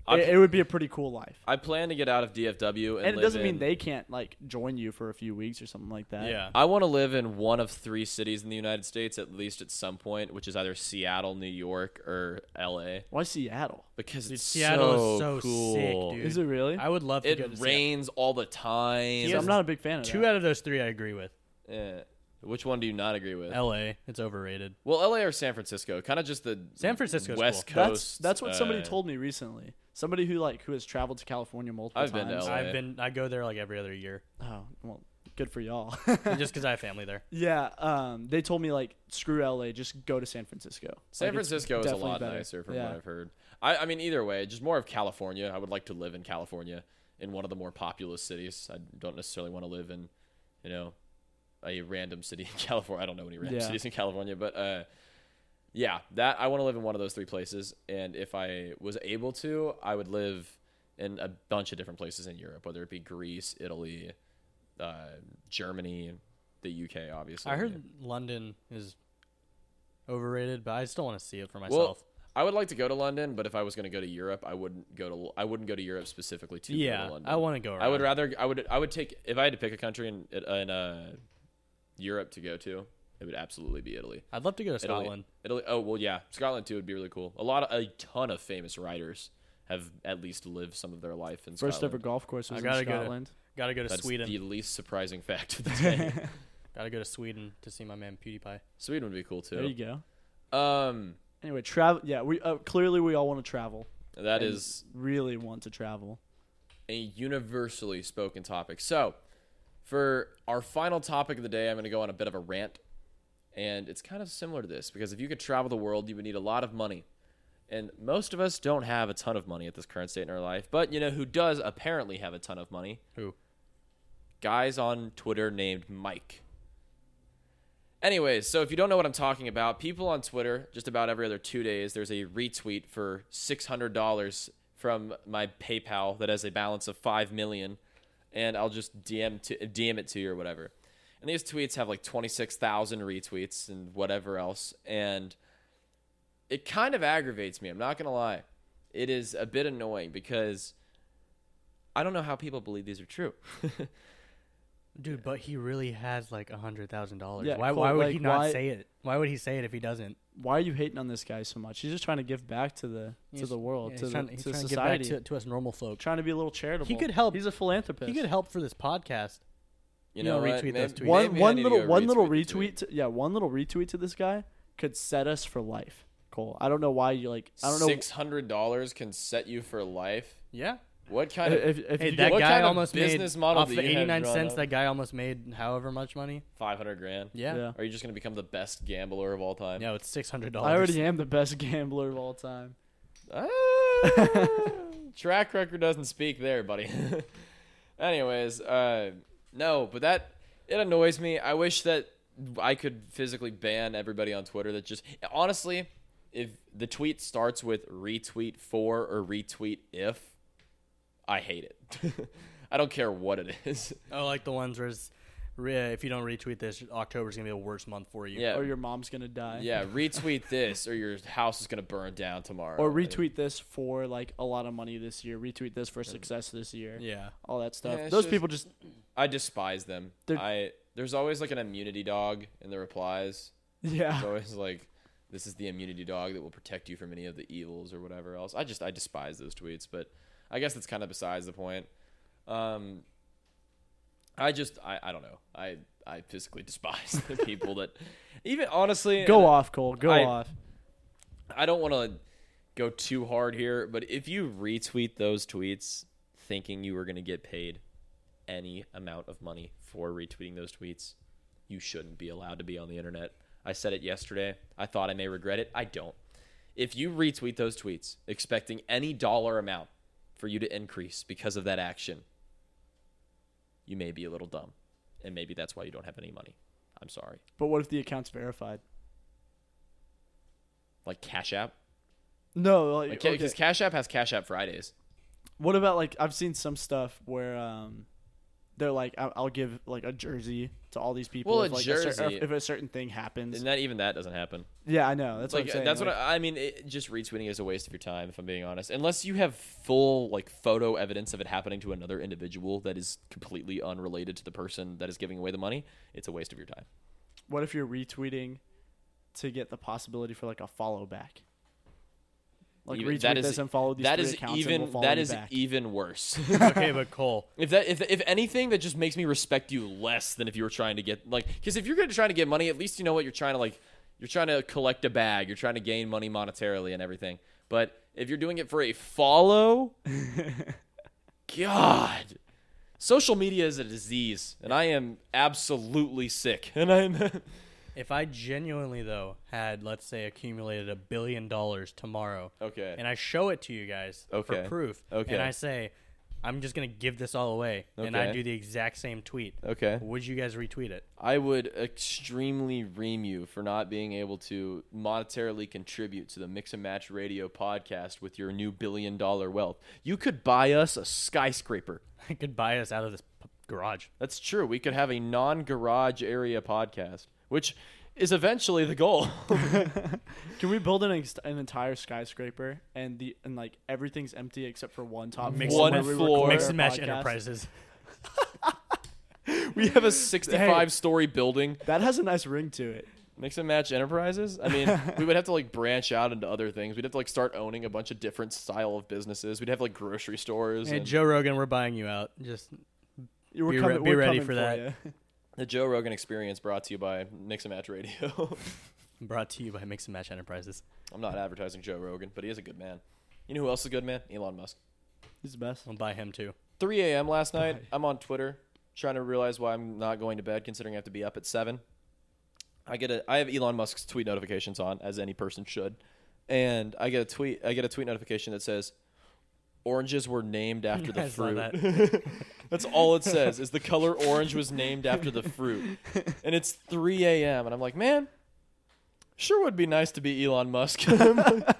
Speaker 1: I-
Speaker 2: it, it would be a pretty cool life.
Speaker 1: I plan to get out of DFW and,
Speaker 2: and it
Speaker 1: live
Speaker 2: doesn't mean
Speaker 1: in-
Speaker 2: they can't like join you for a few weeks or something like that.
Speaker 3: Yeah.
Speaker 1: I want to live in one of three cities in the United States at least at some point, which is either Seattle, New York, or L.A.
Speaker 2: Why Seattle?
Speaker 1: Because
Speaker 3: Dude,
Speaker 1: it's
Speaker 3: Seattle is
Speaker 1: so
Speaker 3: so sick,
Speaker 1: cool.
Speaker 3: dude.
Speaker 2: Is it really?
Speaker 3: I would love to go to
Speaker 1: It rains all the time.
Speaker 3: See,
Speaker 2: So I'm
Speaker 3: is-
Speaker 2: not a big fan of
Speaker 3: Seattle.
Speaker 2: that.
Speaker 3: Two out of those three I agree with.
Speaker 1: Yeah. Which one do you not agree with?
Speaker 3: L.A. It's overrated.
Speaker 1: well, LA or San Francisco? Kind of just the
Speaker 3: San Francisco's
Speaker 1: West
Speaker 3: cool.
Speaker 2: That's
Speaker 1: Coast.
Speaker 2: that's what somebody
Speaker 1: uh,
Speaker 2: told me recently. Somebody who like who has traveled to California multiple
Speaker 1: I've been
Speaker 2: times.
Speaker 1: to LA.
Speaker 3: I've been. I go there like every other year.
Speaker 2: Oh well, good for y'all.
Speaker 3: And just because I have family there.
Speaker 2: yeah, um, they told me like screw LA, just go to San Francisco.
Speaker 1: San
Speaker 2: Like, it's
Speaker 1: Francisco is a
Speaker 2: definitely
Speaker 1: lot
Speaker 2: better.
Speaker 1: nicer from
Speaker 2: Yeah.
Speaker 1: what I've heard. I, I mean, either way, just more of California. I would like to live in California in one of the more populous cities. I don't necessarily want to live in, you know, a random city in California. I don't know any random
Speaker 2: Yeah.
Speaker 1: cities in California, but uh, yeah, that I want to live in one of those three places. And if I was able to, I would live in a bunch of different places in Europe, whether it be Greece, Italy, uh, Germany, the UK, obviously.
Speaker 3: I heard London is overrated, but I still want to see it for
Speaker 1: Well,
Speaker 3: myself.
Speaker 1: I would like to go to London, but if I was going to go to Europe, I wouldn't go to I wouldn't go to Europe specifically to go to
Speaker 3: yeah,
Speaker 1: London.
Speaker 3: I want to go.
Speaker 1: I would
Speaker 3: around.
Speaker 1: rather I would I would take if I had to pick a country in in uh, Europe to go to, it would absolutely be Italy.
Speaker 3: I'd love to go to Scotland.
Speaker 1: Italy. Italy. Oh well, yeah, Scotland too would be really cool. A lot of a ton of famous writers have at least lived some of their life in
Speaker 2: First
Speaker 1: Scotland.
Speaker 2: ever golf course was
Speaker 3: I
Speaker 2: in
Speaker 3: gotta go to-
Speaker 2: Scotland.
Speaker 3: Gotta go to
Speaker 1: That's
Speaker 3: Sweden.
Speaker 1: the least surprising fact of the day.
Speaker 3: Gotta go to Sweden to see my man PewDiePie.
Speaker 1: Sweden would be cool
Speaker 2: There you
Speaker 1: too.
Speaker 2: go.
Speaker 1: Um,
Speaker 2: Anyway, travel. Yeah, we uh, clearly we all want to travel.
Speaker 1: that
Speaker 2: and
Speaker 1: is
Speaker 2: really want to travel.
Speaker 1: a universally spoken topic. So, for our final topic of the day, I'm going to go on a bit of a rant. And it's kind of similar to this because if you could travel the world, you would need a lot of money. And most of us don't have a ton of money at this current state in our life. But you know who does apparently have a ton of money?
Speaker 3: Who?
Speaker 1: guys on Twitter named Mike. Anyways, so if you don't know what I'm talking about, people on Twitter, just about every other two days, there's a retweet for $600 from my PayPal that has a balance of five million, and I'll just DM to DM it to you or whatever. And these tweets have like 26,000 retweets and whatever else, and it kind of aggravates me. I'm not gonna lie, it is a bit annoying because I don't know how people believe these are true.
Speaker 3: Dude, but he really has like a hundred thousand dollars.
Speaker 2: Yeah,
Speaker 3: Why?
Speaker 2: Cole,
Speaker 3: Why would
Speaker 2: like,
Speaker 3: he not
Speaker 2: why-
Speaker 3: say it? Why would he say it if he doesn't?
Speaker 2: Why are you hating on this guy so much? He's just trying to give back to the to
Speaker 3: He's-
Speaker 2: the world,
Speaker 3: Yeah,
Speaker 2: to,
Speaker 3: he's
Speaker 2: the,
Speaker 3: trying, he's
Speaker 2: to
Speaker 3: trying to
Speaker 2: society.
Speaker 3: give back to, to us normal folk.
Speaker 2: trying to be a little charitable.
Speaker 3: He could help.
Speaker 2: He's a philanthropist.
Speaker 3: He could help for this podcast.
Speaker 1: You
Speaker 3: You
Speaker 1: know,
Speaker 3: don't
Speaker 1: what?
Speaker 3: retweet
Speaker 1: May-
Speaker 3: those tweets.
Speaker 2: one
Speaker 1: maybe I
Speaker 2: one
Speaker 1: need to
Speaker 2: little
Speaker 1: go
Speaker 2: one little
Speaker 1: retweet the
Speaker 2: retweet. To, yeah, one little retweet to this guy could set us for life. Cole, I don't know why you like. I don't know
Speaker 1: Six hundred dollars can set you for life.
Speaker 3: Yeah.
Speaker 1: What kind of
Speaker 2: if, if
Speaker 3: Hey,
Speaker 2: you
Speaker 3: that
Speaker 1: what
Speaker 3: guy
Speaker 1: kind of
Speaker 3: almost
Speaker 1: business
Speaker 3: made
Speaker 1: model
Speaker 3: off
Speaker 1: do
Speaker 3: the
Speaker 1: you have
Speaker 3: eighty nine
Speaker 1: drawn
Speaker 3: cents.
Speaker 1: up?
Speaker 3: That guy almost made however much money.
Speaker 1: five hundred grand?
Speaker 3: Yeah.
Speaker 2: Yeah.
Speaker 1: Are you just gonna become the best gambler of all time?
Speaker 3: No, it's six hundred dollars.
Speaker 2: I already am the best gambler of all time.
Speaker 1: Ah, track record doesn't speak there, buddy. Anyways, uh, no, but that it annoys me. I wish that I could physically ban everybody on Twitter that just honestly, if the tweet starts with retweet for or retweet if, I hate it. I don't care what it is.
Speaker 3: Oh, like the ones where it's, re- uh, if you don't retweet this, October's gonna be the worst month for you.
Speaker 1: Yeah.
Speaker 2: Or your mom's gonna die.
Speaker 1: yeah, retweet this or your house is going to burn down tomorrow.
Speaker 2: Or retweet this for like a lot of money this year. Retweet this for success this year.
Speaker 3: Yeah.
Speaker 2: All that stuff.
Speaker 1: Yeah, it's
Speaker 2: Those
Speaker 1: just-
Speaker 2: people just
Speaker 1: I despise them.
Speaker 2: They're-
Speaker 1: I there's always like an immunity dog in the replies.
Speaker 2: yeah.
Speaker 1: It's always like this is the immunity dog that will protect you from any of the evils or whatever else. I just I despise those tweets, but I guess that's kind of besides the point. Um I just I, I don't know. I I physically despise the people that even honestly
Speaker 2: Go
Speaker 1: and
Speaker 2: off, Cole. Go
Speaker 1: I-
Speaker 2: off.
Speaker 1: I don't want to go too hard here, but if you retweet those tweets thinking you were going to get paid any amount of money for retweeting those tweets, you shouldn't be allowed to be on the internet. I said it yesterday. I thought I may regret it. I don't. If you retweet those tweets expecting any dollar amount for you to increase because of that action, you may be a little dumb. And maybe that's why you don't have any money. I'm sorry.
Speaker 2: But what if the account's verified?
Speaker 1: Like Cash App?
Speaker 2: No, like,
Speaker 1: Like,
Speaker 2: okay.
Speaker 1: Because Cash App has Cash App Fridays.
Speaker 2: what about like I've seen some stuff where um they're like I'll, I'll give like a jersey to all these people
Speaker 1: Well,
Speaker 2: if
Speaker 1: a
Speaker 2: like cer-
Speaker 1: jersey-
Speaker 2: if, a certain thing happens.
Speaker 1: And that even that doesn't happen.
Speaker 2: yeah, I know. That's
Speaker 1: like uh,
Speaker 2: what I'm saying.
Speaker 1: that's
Speaker 2: like,
Speaker 1: what I, I mean. It, just retweeting is a waste of your time, if I'm being honest. Unless you have full like photo evidence of it happening to another individual that is completely unrelated to the person that is giving away the money, it's a waste of your time.
Speaker 2: what if you're retweeting to get the possibility for like a follow back? Like
Speaker 1: Even-
Speaker 2: retweet
Speaker 1: that is-
Speaker 2: this and follow these
Speaker 1: that
Speaker 2: three
Speaker 1: is
Speaker 2: accounts and we'll
Speaker 1: even
Speaker 2: follow
Speaker 1: that
Speaker 2: you
Speaker 1: is e
Speaker 2: back.
Speaker 1: even worse.
Speaker 3: okay, but Cole,
Speaker 1: if that if if anything, that just makes me respect you less than if you were trying to get like because if you're going to try to get money, at least you know what you're trying to like. You're trying to collect a bag. You're trying to gain money monetarily and everything. But if you're doing it for a follow, God. Social media is a disease, and I am absolutely sick. And I'm
Speaker 3: If I genuinely though had let's say accumulated a billion dollars tomorrow,
Speaker 1: okay.
Speaker 3: and I show it to you guys
Speaker 1: Okay.
Speaker 3: for proof,
Speaker 1: Okay.
Speaker 3: and I say, I'm just gonna give this all away, and I
Speaker 1: Okay.
Speaker 3: do the exact same tweet,
Speaker 1: okay.
Speaker 3: would you guys retweet it?
Speaker 1: I would extremely ream you for not being able to monetarily contribute to the Mix and Match Radio podcast with your new billion dollar wealth. You could buy us a skyscraper.
Speaker 3: I could buy us out of this p- garage.
Speaker 1: That's true. We could have a non garage area podcast, which is eventually the goal.
Speaker 2: Can we build an, ex- an entire skyscraper and the and like everything's empty except for one top
Speaker 3: Mix
Speaker 1: One
Speaker 2: where we
Speaker 1: floor.
Speaker 2: record
Speaker 3: Mix
Speaker 2: our
Speaker 3: and match
Speaker 2: podcast?
Speaker 3: enterprises.
Speaker 1: we have a 65 story building.
Speaker 2: That has a nice ring to it.
Speaker 1: Mix and Match Enterprises? I mean, we would have to like branch out into other things. We'd have to like start owning a bunch of different style of businesses. We'd have like grocery stores.
Speaker 3: Hey
Speaker 1: and-
Speaker 3: Joe Rogan, we're buying you out. Just
Speaker 2: We're
Speaker 3: Be re-
Speaker 2: coming-
Speaker 3: be
Speaker 2: we're
Speaker 3: ready
Speaker 2: coming
Speaker 3: for that.
Speaker 2: you.
Speaker 1: The Joe Rogan Experience brought to you by Mix and Match Radio.
Speaker 3: brought to you by Mix and Match Enterprises.
Speaker 1: I'm not advertising Joe Rogan, but he is a good man. You know who else is a good man? Elon Musk.
Speaker 2: He's the best.
Speaker 3: We'll buy him too.
Speaker 1: 3 a.m. last night. I'm on Twitter trying to realize why I'm not going to bed, considering I have to be up at seven. I get a I have Elon Musk's tweet notifications on, as any person should, and I get a tweet I get a tweet notification that says, "Oranges were named after the
Speaker 3: I saw
Speaker 1: fruit."
Speaker 3: that.
Speaker 1: That's all it says is the color orange was named after the fruit. And it's 3 a.m. And I'm like, man, sure would be nice to be Elon Musk.
Speaker 2: I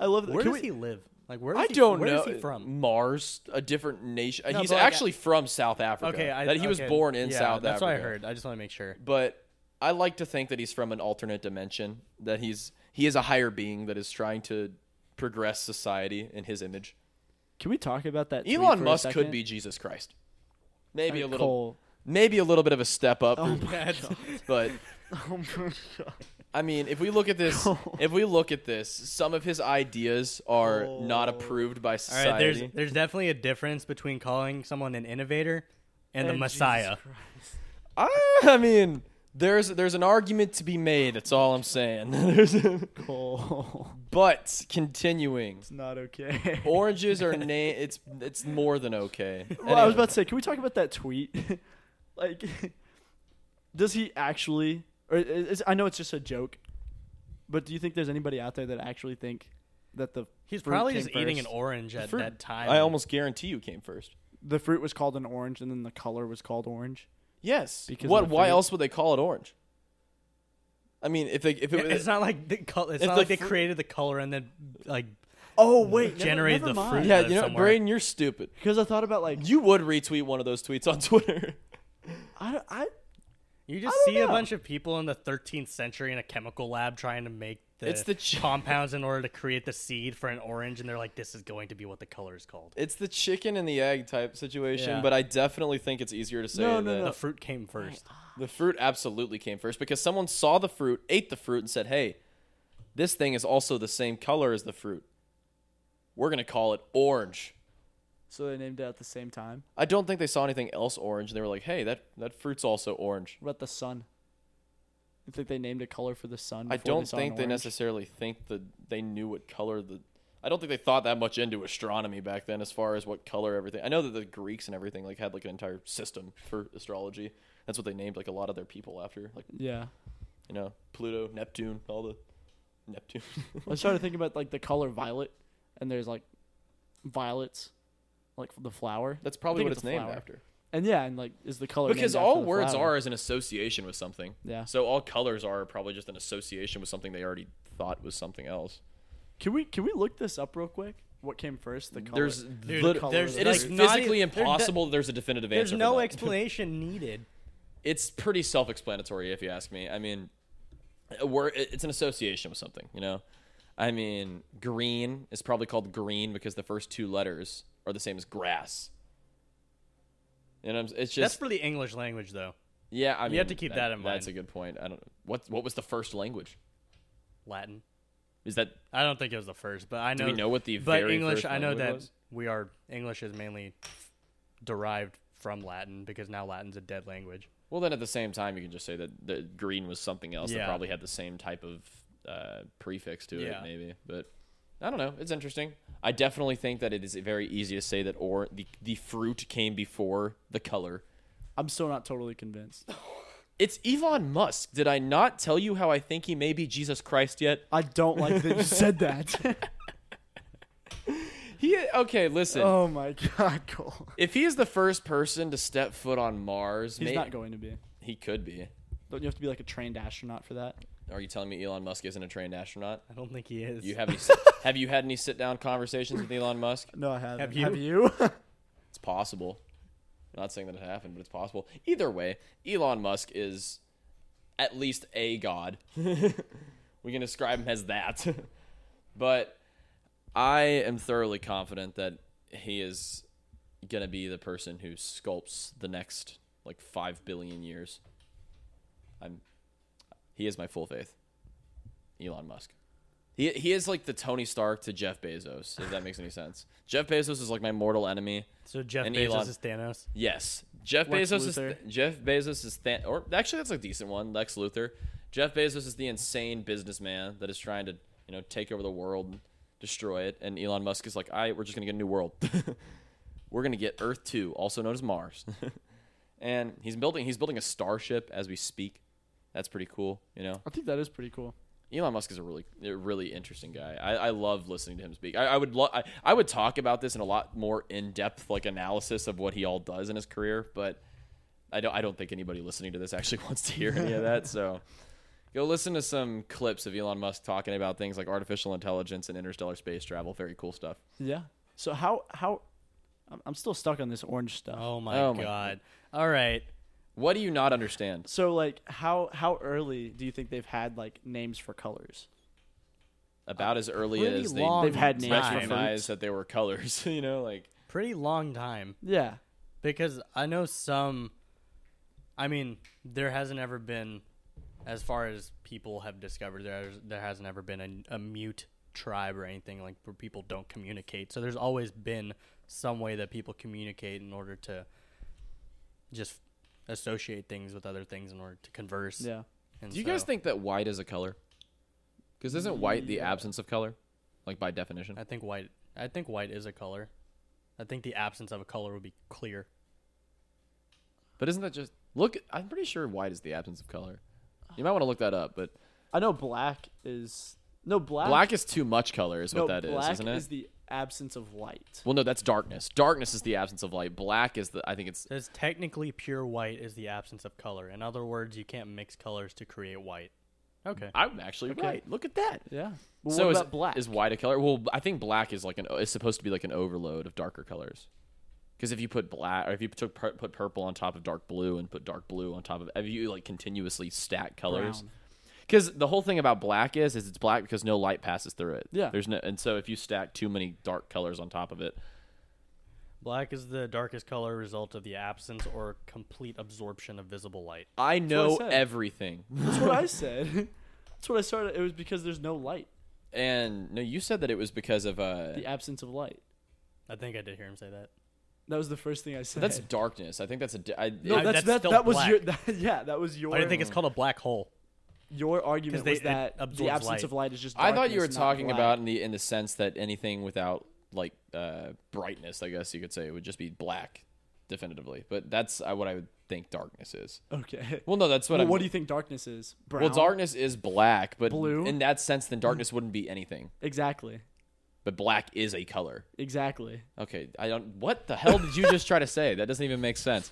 Speaker 2: love that.
Speaker 3: Where
Speaker 2: Can we-
Speaker 3: does he live? Like where? Is
Speaker 1: I
Speaker 3: he,
Speaker 1: don't
Speaker 3: where
Speaker 1: know.
Speaker 3: is he from?
Speaker 1: Mars, a different nation.
Speaker 3: No,
Speaker 1: He's
Speaker 3: but, like,
Speaker 1: actually from South Africa.
Speaker 3: Okay, I,
Speaker 1: that he was
Speaker 3: okay.
Speaker 1: born in
Speaker 3: Yeah,
Speaker 1: South
Speaker 3: That's
Speaker 1: Africa.
Speaker 3: what I heard. I just want to make sure.
Speaker 1: But I like to think that he's from an alternate dimension. That he's he is a higher being that is trying to progress society in his image.
Speaker 2: Can we talk about that? tweet for
Speaker 1: Elon
Speaker 2: a
Speaker 1: Musk could
Speaker 2: second?
Speaker 1: be Jesus Christ. Maybe
Speaker 2: Like
Speaker 1: a little,
Speaker 2: Cole.
Speaker 1: maybe a little bit of a step up,
Speaker 3: Oh
Speaker 1: but
Speaker 2: Oh my God.
Speaker 1: I mean, if we look at this, if we look at this, some of his ideas are not approved by
Speaker 3: Oh. All right,
Speaker 1: society.
Speaker 3: there's there's definitely a difference between calling someone an innovator and, the
Speaker 2: And
Speaker 3: Messiah.
Speaker 2: Jesus
Speaker 1: I, I mean, there's there's an argument to be made. That's all I'm saying. There's a-
Speaker 2: Cole.
Speaker 1: but continuing,
Speaker 2: It's not okay.
Speaker 1: oranges are na- It's it's more than okay.
Speaker 2: Well, I was
Speaker 1: Anyway,
Speaker 2: about to say, can we talk about that tweet? like, does he actually? Or is, I know it's just a joke, but do you think there's anybody out there that actually think that the
Speaker 3: He's
Speaker 2: fruit
Speaker 3: probably
Speaker 2: came
Speaker 3: just eating an
Speaker 2: first?
Speaker 3: orange at
Speaker 1: fruit-
Speaker 3: that time.
Speaker 1: I almost guarantee you came first.
Speaker 2: the fruit was called an orange and then the color was called orange?
Speaker 1: Yes.
Speaker 2: Because
Speaker 1: what?
Speaker 2: of the
Speaker 1: Why
Speaker 2: fruit.
Speaker 1: else would they call it orange? I mean, if they if it,
Speaker 3: It- it's not like the color. It's
Speaker 1: If
Speaker 3: not
Speaker 1: the
Speaker 3: like they
Speaker 1: fr-
Speaker 3: created the color and then like
Speaker 2: Oh wait,
Speaker 3: Generated the fruit.
Speaker 1: yeah,
Speaker 3: out of
Speaker 1: you know,
Speaker 3: somewhere.
Speaker 1: Braden, you're stupid.
Speaker 2: Because I thought about like
Speaker 1: You would retweet one of those tweets on Twitter.
Speaker 2: I, don't- I
Speaker 3: you
Speaker 2: I
Speaker 3: just
Speaker 2: don't
Speaker 3: see a
Speaker 2: know.
Speaker 3: bunch of people in the 13th century in a chemical lab trying to make the,
Speaker 1: It's the ch-
Speaker 3: compounds in order to create the seed for an orange, and they're like, "This is going to be what the color is called."
Speaker 1: It's the chicken and the egg type situation,
Speaker 3: Yeah.
Speaker 1: but I definitely think it's easier to say
Speaker 2: No, no,
Speaker 1: that
Speaker 2: no.
Speaker 3: The fruit came first.
Speaker 1: The fruit absolutely came first because someone saw the fruit, ate the fruit, and said, "Hey, this thing is also the same color as the fruit. We're gonna call it orange."
Speaker 2: so they named it at the same time.
Speaker 1: I don't think they saw anything else orange, and they were like, "Hey, that that fruit's also orange."
Speaker 2: What about the sun? You think they named a color for the sun?
Speaker 1: I
Speaker 2: before
Speaker 1: don't
Speaker 2: saw
Speaker 1: think
Speaker 2: an
Speaker 1: they
Speaker 2: orange?
Speaker 1: necessarily think that they knew what color the. I don't think they thought that much into astronomy back then, as far as what color everything. I know that the Greeks and everything like had like an entire system for astrology. That's what they named like a lot of their people after, like
Speaker 2: Yeah,
Speaker 1: you know Pluto, Neptune, all the Neptune.
Speaker 2: I was trying to think about like the color violet, and there's like violets, like the flower,
Speaker 1: That's probably
Speaker 2: think
Speaker 1: what
Speaker 2: it's
Speaker 1: it's
Speaker 2: a
Speaker 1: named
Speaker 2: flower.
Speaker 1: after.
Speaker 2: and yeah, and like is the color
Speaker 1: Because
Speaker 2: named after
Speaker 1: all
Speaker 2: the
Speaker 1: words
Speaker 2: flower.
Speaker 1: are is an association with something.
Speaker 2: Yeah.
Speaker 1: So all colors are probably just an association with something they already thought was something else.
Speaker 2: Can we can we look this up real quick? What came first? The color.
Speaker 1: There's
Speaker 3: Dude,
Speaker 1: lit-
Speaker 2: color
Speaker 3: there's
Speaker 2: of
Speaker 1: it
Speaker 2: the
Speaker 1: is
Speaker 3: like,
Speaker 2: fruit.
Speaker 3: not
Speaker 1: physically
Speaker 3: even- there-
Speaker 1: impossible. that there's a definitive answer.
Speaker 3: There's
Speaker 1: for
Speaker 3: no
Speaker 1: that.
Speaker 3: explanation needed.
Speaker 1: It's pretty self-explanatory, if you ask me. I mean, we're, it- it's an association with something, you know. I mean, green is probably called green because the first two letters are the same as grass. And I'm, it's
Speaker 3: That's
Speaker 1: just
Speaker 3: for the English language, though.
Speaker 1: yeah. I mean,
Speaker 3: You have to keep that in
Speaker 1: That's
Speaker 3: mind.
Speaker 1: a good point. I don't. What what was the first language?
Speaker 3: Latin.
Speaker 1: Is that
Speaker 3: I don't think it was the first, but I know.
Speaker 1: Do we know what the
Speaker 3: but
Speaker 1: very
Speaker 3: English,
Speaker 1: first
Speaker 3: I know
Speaker 1: language
Speaker 3: that
Speaker 1: was?
Speaker 3: we are English is mainly derived from Latin because now Latin's a dead language.
Speaker 1: Well, then at the same time, you can just say that the green was something else that
Speaker 3: Yeah.
Speaker 1: probably had the same type of uh, prefix to
Speaker 3: Yeah.
Speaker 1: it, maybe. But I don't know. It's interesting. I definitely think that it is very easy to say that or the the fruit came before the color.
Speaker 2: I'm still not totally convinced.
Speaker 1: It's Elon Musk. Did I not tell you how I think he may be Jesus Christ yet?
Speaker 2: I don't like that you said that.
Speaker 1: He okay, listen.
Speaker 2: oh my god, Cole.
Speaker 1: If he is the first person to step foot on Mars,
Speaker 2: He's
Speaker 1: may-
Speaker 2: not going to be.
Speaker 1: he could be.
Speaker 2: Don't you have to be like a trained astronaut for that?
Speaker 1: Are you telling me Elon Musk isn't a trained astronaut?
Speaker 3: I don't think he is.
Speaker 1: You have any, have you had any sit down conversations with Elon Musk?
Speaker 2: No, I haven't.
Speaker 3: Have you?
Speaker 2: Have you?
Speaker 1: It's possible. I'm not saying that it happened, but it's possible. Either way, Elon Musk is at least a god. we can describe him as that. but I am thoroughly confident that he is going to be the person who sculpts the next like 5 billion years. I'm he is my full faith. Elon Musk. He he is like the Tony Stark to Jeff Bezos, if that makes any sense. Jeff Bezos is like my mortal enemy.
Speaker 3: so Jeff
Speaker 1: And
Speaker 3: Bezos
Speaker 1: Elon.
Speaker 3: is Thanos.
Speaker 1: Yes, Jeff
Speaker 2: Lex
Speaker 1: Bezos is
Speaker 2: Luthor.
Speaker 1: Jeff Bezos is Than- or actually that's a decent one. Lex Luthor, Jeff Bezos is the insane businessman that is trying to you know take over the world, and destroy it, and Elon Musk is like, I we're just gonna get a new world. we're gonna get Earth Two, also known as Mars, and he's building he's building a starship as we speak. That's pretty cool, you know.
Speaker 2: I think that is pretty cool.
Speaker 1: Elon Musk is a really, a really interesting guy. I, I love listening to him speak. I, I would, lo- I, I would talk about this in a lot more in-depth, like analysis of what he all does in his career. But I don't, I don't think anybody listening to this actually wants to hear any of that. So go listen to some clips of Elon Musk talking about things like artificial intelligence and interstellar space travel. Very cool stuff.
Speaker 2: Yeah. So how how I'm- I'm still stuck on this orange stuff.
Speaker 3: Oh my
Speaker 1: Oh my
Speaker 3: god. All right.
Speaker 1: What do you not understand?
Speaker 2: So like how how early do you think they've had like names for colors?
Speaker 1: About as early
Speaker 3: pretty
Speaker 1: as they
Speaker 3: long
Speaker 2: They've had names for
Speaker 3: time.
Speaker 1: recognized that they were colors. You know, like
Speaker 3: Pretty long time
Speaker 2: Yeah.
Speaker 3: because I know some I mean, there hasn't ever been as far as people have discovered there there hasn't ever been a, a mute tribe or anything like where people don't communicate. So there's always been some way that people communicate in order to just associate things with other things in order to converse.
Speaker 2: Yeah.
Speaker 3: And
Speaker 1: Do you guys
Speaker 3: so
Speaker 1: think that white is a color? Because isn't white the absence of color, like by definition?
Speaker 3: I think white I think white is a color. I think the absence of a color would be clear.
Speaker 1: But isn't that just look? I'm pretty sure white is the absence of color. You might want to look that up, but
Speaker 2: I know black is no black.
Speaker 1: black is too much color, is
Speaker 2: no,
Speaker 1: what that is,
Speaker 2: black
Speaker 1: isn't it?
Speaker 2: is the absence of light.
Speaker 1: well, no, that's darkness. Darkness is the absence of light. Black is the. I think it's.
Speaker 3: Says technically pure white is the absence of color. In other words, you can't mix colors to create white. Okay.
Speaker 1: I'm actually right. Look at that.
Speaker 2: Yeah. Well,
Speaker 1: so
Speaker 2: what
Speaker 1: is
Speaker 2: about black?
Speaker 1: is white a color? Well, I think black is like an is supposed to be like an overload of darker colors. Because if you put black, or if you took pur- put purple on top of dark blue and put dark blue on top of, if you like continuously stack colors,
Speaker 2: Brown.
Speaker 1: because the whole thing about black is is it's black because no light passes through it.
Speaker 2: Yeah.
Speaker 1: there's no, and so if you stack too many dark colors on top of it,
Speaker 3: Black is the darkest color result of the absence or complete absorption of visible light.
Speaker 1: I know
Speaker 2: said.
Speaker 1: everything.
Speaker 2: That's what I said. That's what I started. It was because there's no light.
Speaker 1: and no, you said that it was because of uh,
Speaker 2: The absence of light.
Speaker 3: I think I did hear him say that.
Speaker 2: That was the first thing I said.
Speaker 1: that's darkness. I think that's a di- I-
Speaker 2: no.
Speaker 1: it-
Speaker 2: That's,
Speaker 3: that's
Speaker 2: that.
Speaker 3: still
Speaker 2: That was
Speaker 3: black.
Speaker 2: your. That, yeah. That was your.
Speaker 3: I didn't think it's called a black hole.
Speaker 2: your argument
Speaker 3: 'Cause they-
Speaker 2: was that
Speaker 3: it
Speaker 2: the
Speaker 3: absorbs
Speaker 2: absence
Speaker 3: light.
Speaker 2: of light is just.
Speaker 1: I thought you were
Speaker 2: darkness, not
Speaker 1: talking
Speaker 2: black.
Speaker 1: about in the in the sense that anything without like uh, brightness, I guess you could say, would just be black, definitively. But that's uh, what I would think darkness is.
Speaker 2: Okay.
Speaker 1: Well, no, that's what.
Speaker 2: Well,
Speaker 1: I'm,
Speaker 2: what do you think darkness is? Brown.
Speaker 1: Well, darkness is black, but
Speaker 2: Blue?
Speaker 1: in that sense, then darkness wouldn't be anything.
Speaker 2: Exactly.
Speaker 1: But black is a color.
Speaker 2: Exactly.
Speaker 1: Okay, I don't. What the hell did you just try to say? That doesn't even make sense.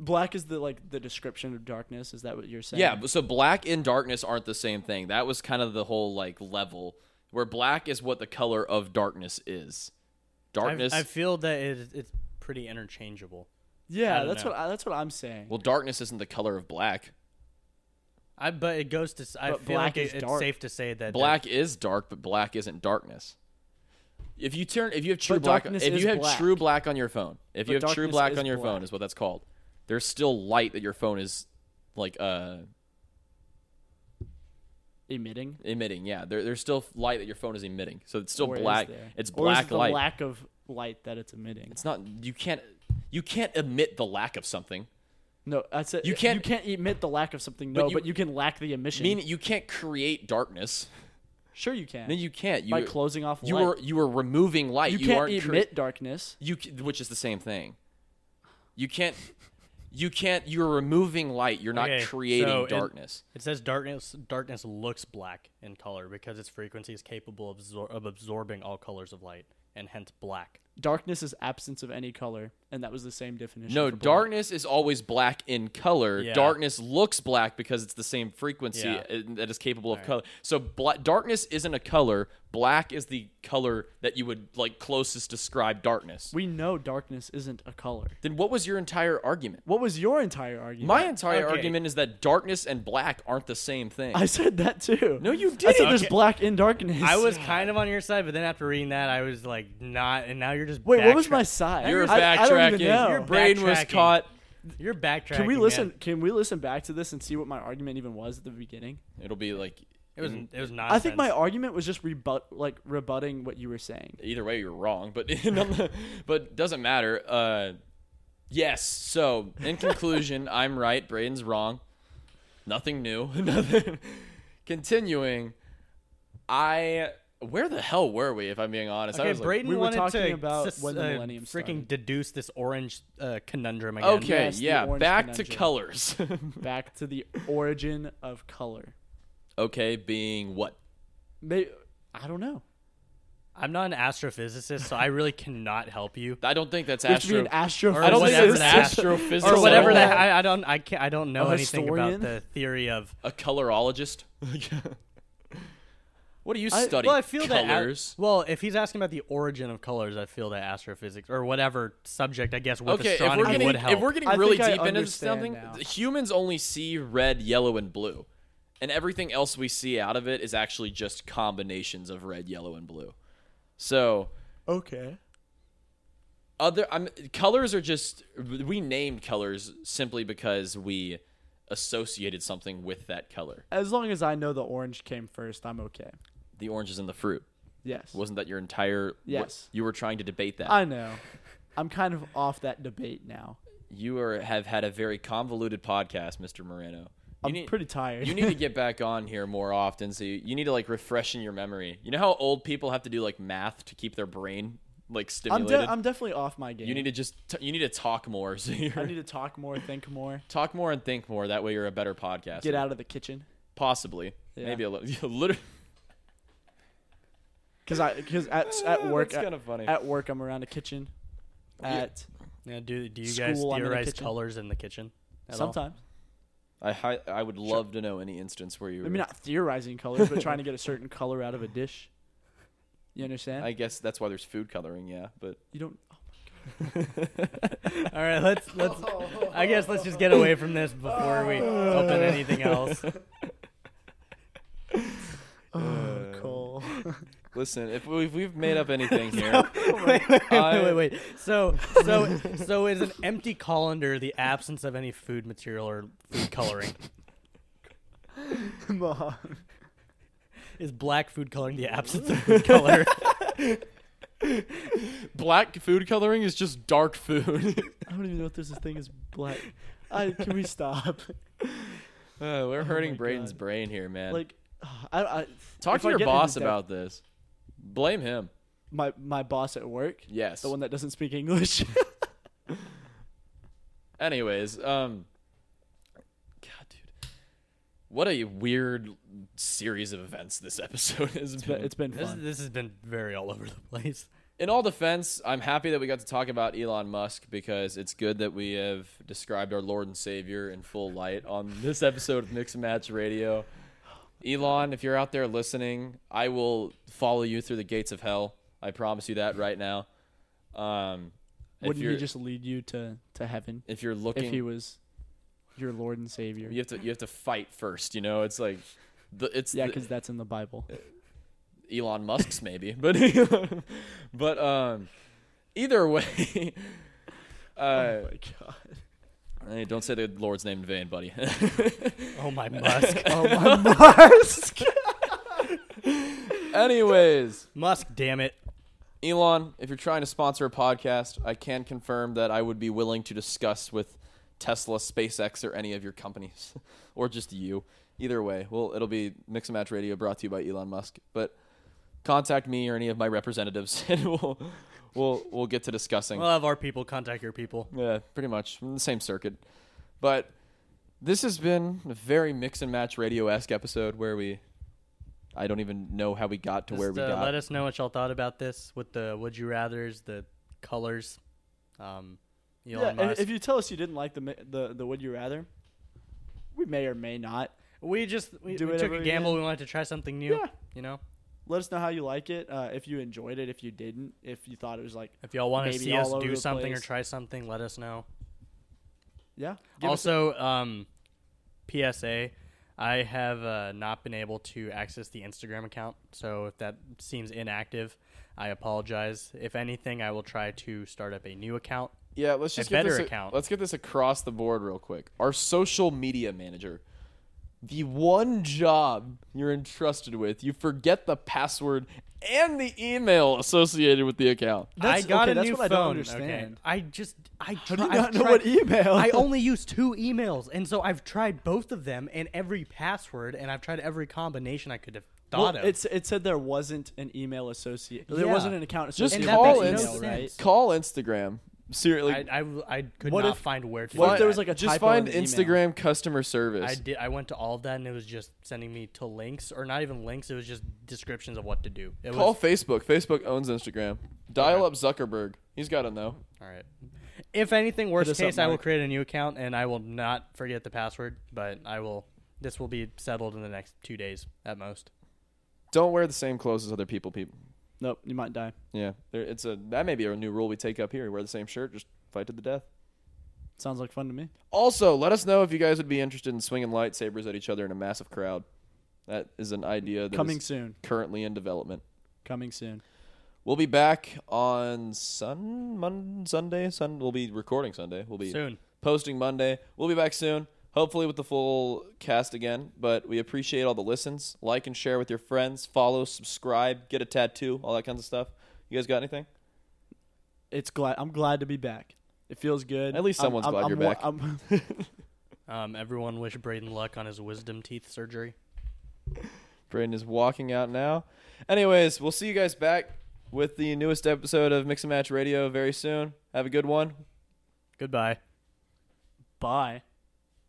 Speaker 2: Black is the like the description of darkness. Is that what you're saying?
Speaker 1: Yeah, but- so black and darkness aren't the same thing. That was kind of the whole like level where black is what the color of darkness is.
Speaker 3: I-
Speaker 1: Darkness.
Speaker 3: I, feel that it, it's pretty interchangeable. I
Speaker 2: Yeah.
Speaker 3: don't
Speaker 2: That's
Speaker 3: know.
Speaker 2: what I, that's what I'm saying.
Speaker 1: well, darkness isn't the color of black.
Speaker 3: I but it goes to. s- I
Speaker 2: But
Speaker 3: feel
Speaker 2: black
Speaker 3: like it-
Speaker 2: is
Speaker 3: it's
Speaker 2: dark.
Speaker 3: safe to say that
Speaker 1: Black is dark, but black isn't darkness. If you turn, if you have true
Speaker 2: But
Speaker 1: black,
Speaker 2: darkness
Speaker 1: if
Speaker 2: is
Speaker 1: you have
Speaker 2: black.
Speaker 1: true black on your phone, if you
Speaker 2: But
Speaker 1: have true
Speaker 2: darkness
Speaker 1: black
Speaker 2: is
Speaker 1: on your phone,
Speaker 2: black.
Speaker 1: is what that's called. There's still light that your phone is like uh
Speaker 2: Emitting.
Speaker 1: emitting. Yeah, there, there's still light that your phone is emitting. So it's still
Speaker 2: Or is
Speaker 1: black.
Speaker 2: there?
Speaker 1: It's
Speaker 2: Or is
Speaker 1: black
Speaker 2: it the
Speaker 1: light.
Speaker 2: lack of light that it's emitting.
Speaker 1: It's not. You can't. You can't emit the lack of something.
Speaker 2: No, that's it.
Speaker 1: You can't-
Speaker 2: you can't emit the lack of something.
Speaker 1: But
Speaker 2: No, but
Speaker 1: you-
Speaker 2: you, can lack the emission.
Speaker 1: Meaning you can't create darkness.
Speaker 2: Sure, you can.
Speaker 1: No, you can't. You
Speaker 2: By closing off
Speaker 1: you
Speaker 2: light.
Speaker 1: are you are removing light.
Speaker 2: you,
Speaker 1: You,
Speaker 2: can't
Speaker 1: aren't cre-
Speaker 2: emit darkness.
Speaker 1: you c- which is the same thing. You can't. You can't. You're removing light. You're not
Speaker 3: Okay,
Speaker 1: creating
Speaker 3: so it-
Speaker 1: darkness.
Speaker 3: It says darkness darkness looks black in color because its frequency is capable of, absor- of absorbing all colors of light and hence black.
Speaker 2: Darkness is absence of any color, and that was the same definition.
Speaker 1: no,
Speaker 2: for black.
Speaker 1: darkness is always black in color.
Speaker 3: Yeah.
Speaker 1: Darkness looks black because it's the same frequency
Speaker 3: Yeah.
Speaker 1: and- that is capable of color. So bla- darkness isn't a color. Black is the color that you would like closest describe darkness.
Speaker 2: We know darkness isn't a color.
Speaker 1: then what was your entire argument?
Speaker 2: What was your entire argument?
Speaker 1: My entire
Speaker 3: Okay.
Speaker 1: argument is that darkness and black aren't the same thing.
Speaker 2: I said that too.
Speaker 1: no, you
Speaker 2: I said
Speaker 1: didn't.
Speaker 2: there's
Speaker 3: Okay.
Speaker 2: black in darkness.
Speaker 3: I was kind of on your side, but then after reading that, I was like not. And now you're just
Speaker 2: Wait, what was
Speaker 3: backtrack-
Speaker 2: my side?
Speaker 1: You're
Speaker 2: I, I don't
Speaker 1: backtracking.
Speaker 2: even know.
Speaker 1: Your brain was
Speaker 3: Backtracking.
Speaker 1: caught.
Speaker 3: You're backtracking.
Speaker 2: can we
Speaker 3: man.
Speaker 2: listen? Can we listen back to this and see what my argument even was at the beginning?
Speaker 1: It'll be like
Speaker 3: It was it was nonsense.
Speaker 2: I think my argument was just rebut, like rebutting what you were saying.
Speaker 1: either way you're wrong, but none- but doesn't matter. Uh, yes. So in conclusion, I'm right. Braden's wrong. Nothing new. Nothing. Continuing. I where the hell were we? If I'm being honest, I
Speaker 3: Okay,
Speaker 1: was like,
Speaker 3: Brayden
Speaker 2: we were
Speaker 3: wanted
Speaker 2: talking
Speaker 3: to
Speaker 2: about
Speaker 3: s-
Speaker 2: when the
Speaker 3: uh,
Speaker 2: millennium
Speaker 3: freaking
Speaker 2: started.
Speaker 3: deduce this orange uh, conundrum again.
Speaker 1: okay,
Speaker 2: Yes, the
Speaker 1: yeah,
Speaker 2: orange
Speaker 1: back to
Speaker 2: conundrum.
Speaker 1: colors.
Speaker 2: Back to the origin of color.
Speaker 1: okay, being what?
Speaker 2: They, I don't know.
Speaker 3: I'm not an astrophysicist, so I really cannot help you.
Speaker 1: I don't think that's
Speaker 2: You have to be
Speaker 1: astro.
Speaker 2: an astrophysicist.
Speaker 1: I don't think
Speaker 3: whatever
Speaker 1: it's
Speaker 3: that-
Speaker 1: astrophysicist
Speaker 2: Or
Speaker 3: or whatever
Speaker 1: at
Speaker 3: that
Speaker 1: all.
Speaker 3: I, I don't I can't I don't know
Speaker 2: A
Speaker 3: anything about
Speaker 2: historian?
Speaker 3: the theory of
Speaker 1: a colorologist. what do you study?
Speaker 3: well I feel
Speaker 1: colors.
Speaker 3: that well if he's asking about the origin of colors I feel that astrophysics or whatever subject I guess with
Speaker 1: okay, if
Speaker 3: astronomy
Speaker 1: we're getting,
Speaker 3: would help
Speaker 1: if we're getting
Speaker 2: I
Speaker 1: really
Speaker 2: think I
Speaker 1: deep into
Speaker 2: understand
Speaker 1: something,
Speaker 2: now.
Speaker 1: th- humans only see red, yellow, and blue, and everything else we see out of it is actually just combinations of red, yellow, and blue. So
Speaker 2: Okay.
Speaker 1: other I'm, colors are just we named colors simply because we associated something with that color.
Speaker 2: As long as I know the orange came first, I'm okay.
Speaker 1: The orange is in the fruit.
Speaker 2: Yes.
Speaker 1: Wasn't that your entire? wh-
Speaker 2: Yes.
Speaker 1: you were trying to debate that.
Speaker 2: I know. I'm kind of off that debate now.
Speaker 1: you are have had a very convoluted podcast, Mr. Moreno. You
Speaker 2: I'm
Speaker 1: need-
Speaker 2: pretty tired.
Speaker 1: you need to get back on here more often. So you, you need to like refresh in your memory. You know how old people have to do like math to keep their brain like
Speaker 2: I'm,
Speaker 1: stimulated.
Speaker 2: de- I'm definitely off my game.
Speaker 1: you need to just t- you need to talk more. So you
Speaker 2: I
Speaker 1: are
Speaker 2: need to talk more, think more,
Speaker 1: talk more and think more. That way you're a better podcast.
Speaker 2: get out of the kitchen.
Speaker 1: Possibly,
Speaker 2: Yeah.
Speaker 1: maybe a little. Literally,
Speaker 2: Because I because at at work
Speaker 1: That's
Speaker 2: at,
Speaker 1: kind of funny.
Speaker 2: at work I'm around a kitchen. At
Speaker 3: Yeah, do do you guys
Speaker 2: School, I'm in the
Speaker 3: theorize
Speaker 2: kitchen.
Speaker 3: colors in the kitchen? at all?
Speaker 2: sometimes
Speaker 1: I hi- I would love to know any instance where you.
Speaker 2: maybe not theorizing colors, but trying to get a certain color out of a dish. You understand?
Speaker 1: I guess that's why there's food coloring. Yeah, but
Speaker 2: you don't.
Speaker 3: All right, let's let's I guess let's just get away from this before we open anything else.
Speaker 2: Oh, Cole.
Speaker 1: listen, if we've, we've made up anything here,
Speaker 3: wait, wait,
Speaker 1: I-
Speaker 3: wait, wait, wait. So, so, so is an empty colander the absence of any food material or food coloring?
Speaker 2: Come on.
Speaker 3: Is black food coloring the absence of food color?
Speaker 1: black food coloring is just dark food.
Speaker 2: I don't even know if there's a thing as black. I, can we stop?
Speaker 1: Uh, we're hurting
Speaker 2: Oh my
Speaker 1: Braden's
Speaker 2: God.
Speaker 1: brain here, man.
Speaker 2: Like, I, I
Speaker 1: Talk
Speaker 2: if
Speaker 1: to
Speaker 2: I
Speaker 1: your
Speaker 2: get into
Speaker 1: boss
Speaker 2: depth-
Speaker 1: about this. Blame him.
Speaker 2: my my boss at work,
Speaker 1: Yes.
Speaker 2: the one that doesn't speak English.
Speaker 1: Anyways, um, God, dude, what a weird series of events this episode has
Speaker 2: But
Speaker 1: been.
Speaker 2: it's been
Speaker 3: this,
Speaker 2: fun.
Speaker 3: this has been very all over the place.
Speaker 1: In all defense, I'm happy that we got to talk about Elon Musk because it's good that we have described our Lord and Savior in full light on this episode of Mix and Match Radio. Elon, if you're out there listening, I will follow you through the gates of hell. I promise you that right now. Um, if
Speaker 2: Wouldn't
Speaker 1: you're-
Speaker 2: he just lead you to to heaven
Speaker 1: if you're looking
Speaker 2: if he was your Lord and Savior?
Speaker 1: you have to you have to fight first you know it's like the, it's
Speaker 2: Yeah,
Speaker 1: the-
Speaker 2: because that's in the Bible.
Speaker 1: elon musk's maybe but but um either way uh
Speaker 2: Oh my god.
Speaker 1: hey, don't say the lord's name in vain buddy
Speaker 3: Oh my Musk,
Speaker 2: Oh my Mars.
Speaker 1: anyways
Speaker 3: Musk, damn it!
Speaker 1: elon if you're trying to sponsor a podcast i can confirm that i would be willing to discuss with tesla spacex or any of your companies or just you Either way, well, it'll be Mix and Match Radio brought to you by Elon Musk. But contact me or any of my representatives, and we'll we'll we'll get to discussing.
Speaker 3: We'll have our people contact your people.
Speaker 1: Yeah, pretty much in the same circuit. But this has been a very mix and match radio esque episode where we. I don't even know how we got to where
Speaker 3: Just,
Speaker 1: we
Speaker 3: uh,
Speaker 1: got.
Speaker 3: Let us know what y'all thought about this with the would you rather's, the colors. Um, Elon
Speaker 2: yeah, and
Speaker 3: Musk.
Speaker 2: if you tell us you didn't like the mi- the the would you rather, we may or may not.
Speaker 3: we just we,
Speaker 2: Do
Speaker 3: we took
Speaker 2: whatever
Speaker 3: a
Speaker 2: we
Speaker 3: gamble.
Speaker 2: did.
Speaker 3: We wanted to try something new.
Speaker 2: Yeah.
Speaker 3: You know,
Speaker 2: Let us know how you like it. Uh, if you enjoyed it, if you didn't, if you thought it was like
Speaker 3: if y'all want to
Speaker 2: Maybe
Speaker 3: see us
Speaker 2: all over
Speaker 3: do
Speaker 2: the
Speaker 3: something or
Speaker 2: place.
Speaker 3: try something, let us know.
Speaker 2: yeah. give us
Speaker 3: also, um, PSA, I have uh, not been able to access the Instagram account, so if that seems inactive, I apologize. If anything, I will try to start up a new account.
Speaker 1: yeah, let's just
Speaker 3: a
Speaker 1: get
Speaker 3: better
Speaker 1: this,
Speaker 3: account.
Speaker 1: Let's get this across the board real quick. Our social media manager, the one job you're entrusted with, you forget the password and the email associated with the account.
Speaker 2: That's-
Speaker 3: I got
Speaker 2: okay,
Speaker 3: a
Speaker 2: that's
Speaker 3: new
Speaker 2: what I
Speaker 3: phone.
Speaker 2: don't
Speaker 3: Okay,
Speaker 2: understand.
Speaker 3: I just I
Speaker 2: a,
Speaker 3: try-
Speaker 2: how do you
Speaker 3: I've
Speaker 2: not know
Speaker 3: tried-
Speaker 2: what email?
Speaker 3: I only use two emails, and so I've tried both of them and every password, and I've tried every combination I could have
Speaker 2: Well,
Speaker 3: thought of.
Speaker 2: it's it said there wasn't an email associated. There
Speaker 3: Yeah.
Speaker 2: wasn't an account
Speaker 1: Just
Speaker 2: associated.
Speaker 1: call
Speaker 2: with
Speaker 3: And that
Speaker 2: the
Speaker 3: makes no
Speaker 2: email,
Speaker 1: Inst-
Speaker 2: right?
Speaker 3: sense.
Speaker 1: call Instagram. Seriously,
Speaker 3: I, I, I could
Speaker 2: What
Speaker 3: not
Speaker 2: if-
Speaker 3: find where to.
Speaker 2: what
Speaker 3: do
Speaker 2: if there was
Speaker 3: that.
Speaker 2: like a
Speaker 1: just
Speaker 2: typo
Speaker 1: find
Speaker 2: in the email?
Speaker 1: Instagram customer service.
Speaker 3: I did. I went to all of that, and it was just sending me to links, or not even links. It was just descriptions of what to do. It
Speaker 1: Call
Speaker 3: was
Speaker 1: Facebook. Facebook owns Instagram. Dial up Zuckerberg. He's got to know.
Speaker 3: all right. If anything, worst
Speaker 2: us up,
Speaker 3: case, I will
Speaker 2: Mike.
Speaker 3: create a new account, and I will not forget the password. But I will. This will be settled in the next two days at most.
Speaker 1: Don't wear the same clothes as other people. People.
Speaker 2: Nope, you might die.
Speaker 1: Yeah, there, it's a that may be a new rule we take up here. You wear the same shirt, just fight to the death.
Speaker 2: Sounds like fun to me.
Speaker 1: Also, let us know if you guys would be interested in swinging lightsabers at each other in a massive crowd. That is an idea that is
Speaker 2: Coming soon.
Speaker 1: currently in development.
Speaker 2: Coming soon.
Speaker 1: We'll be back on Sun Mon, Sunday. Sun. We'll be recording Sunday. We'll be
Speaker 3: Soon.
Speaker 1: posting Monday. We'll be back soon, hopefully with the full cast again. But we appreciate all the listens. Like and share with your friends. Follow, subscribe, get a tattoo, all that kinds of stuff. You guys got anything?
Speaker 2: It's glad. I'm glad to be back. It feels good.
Speaker 1: At least
Speaker 2: I'm-
Speaker 1: someone's
Speaker 2: I'm-
Speaker 1: glad
Speaker 2: I'm
Speaker 1: you're
Speaker 2: wa-
Speaker 1: back.
Speaker 2: I'm-
Speaker 3: Um, everyone wish Braden luck on his wisdom teeth surgery.
Speaker 1: Braden is walking out now. Anyways, we'll see you guys back with the newest episode of Mix and Match Radio very soon. Have a good one.
Speaker 3: Goodbye.
Speaker 2: Bye.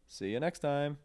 Speaker 1: See you next time.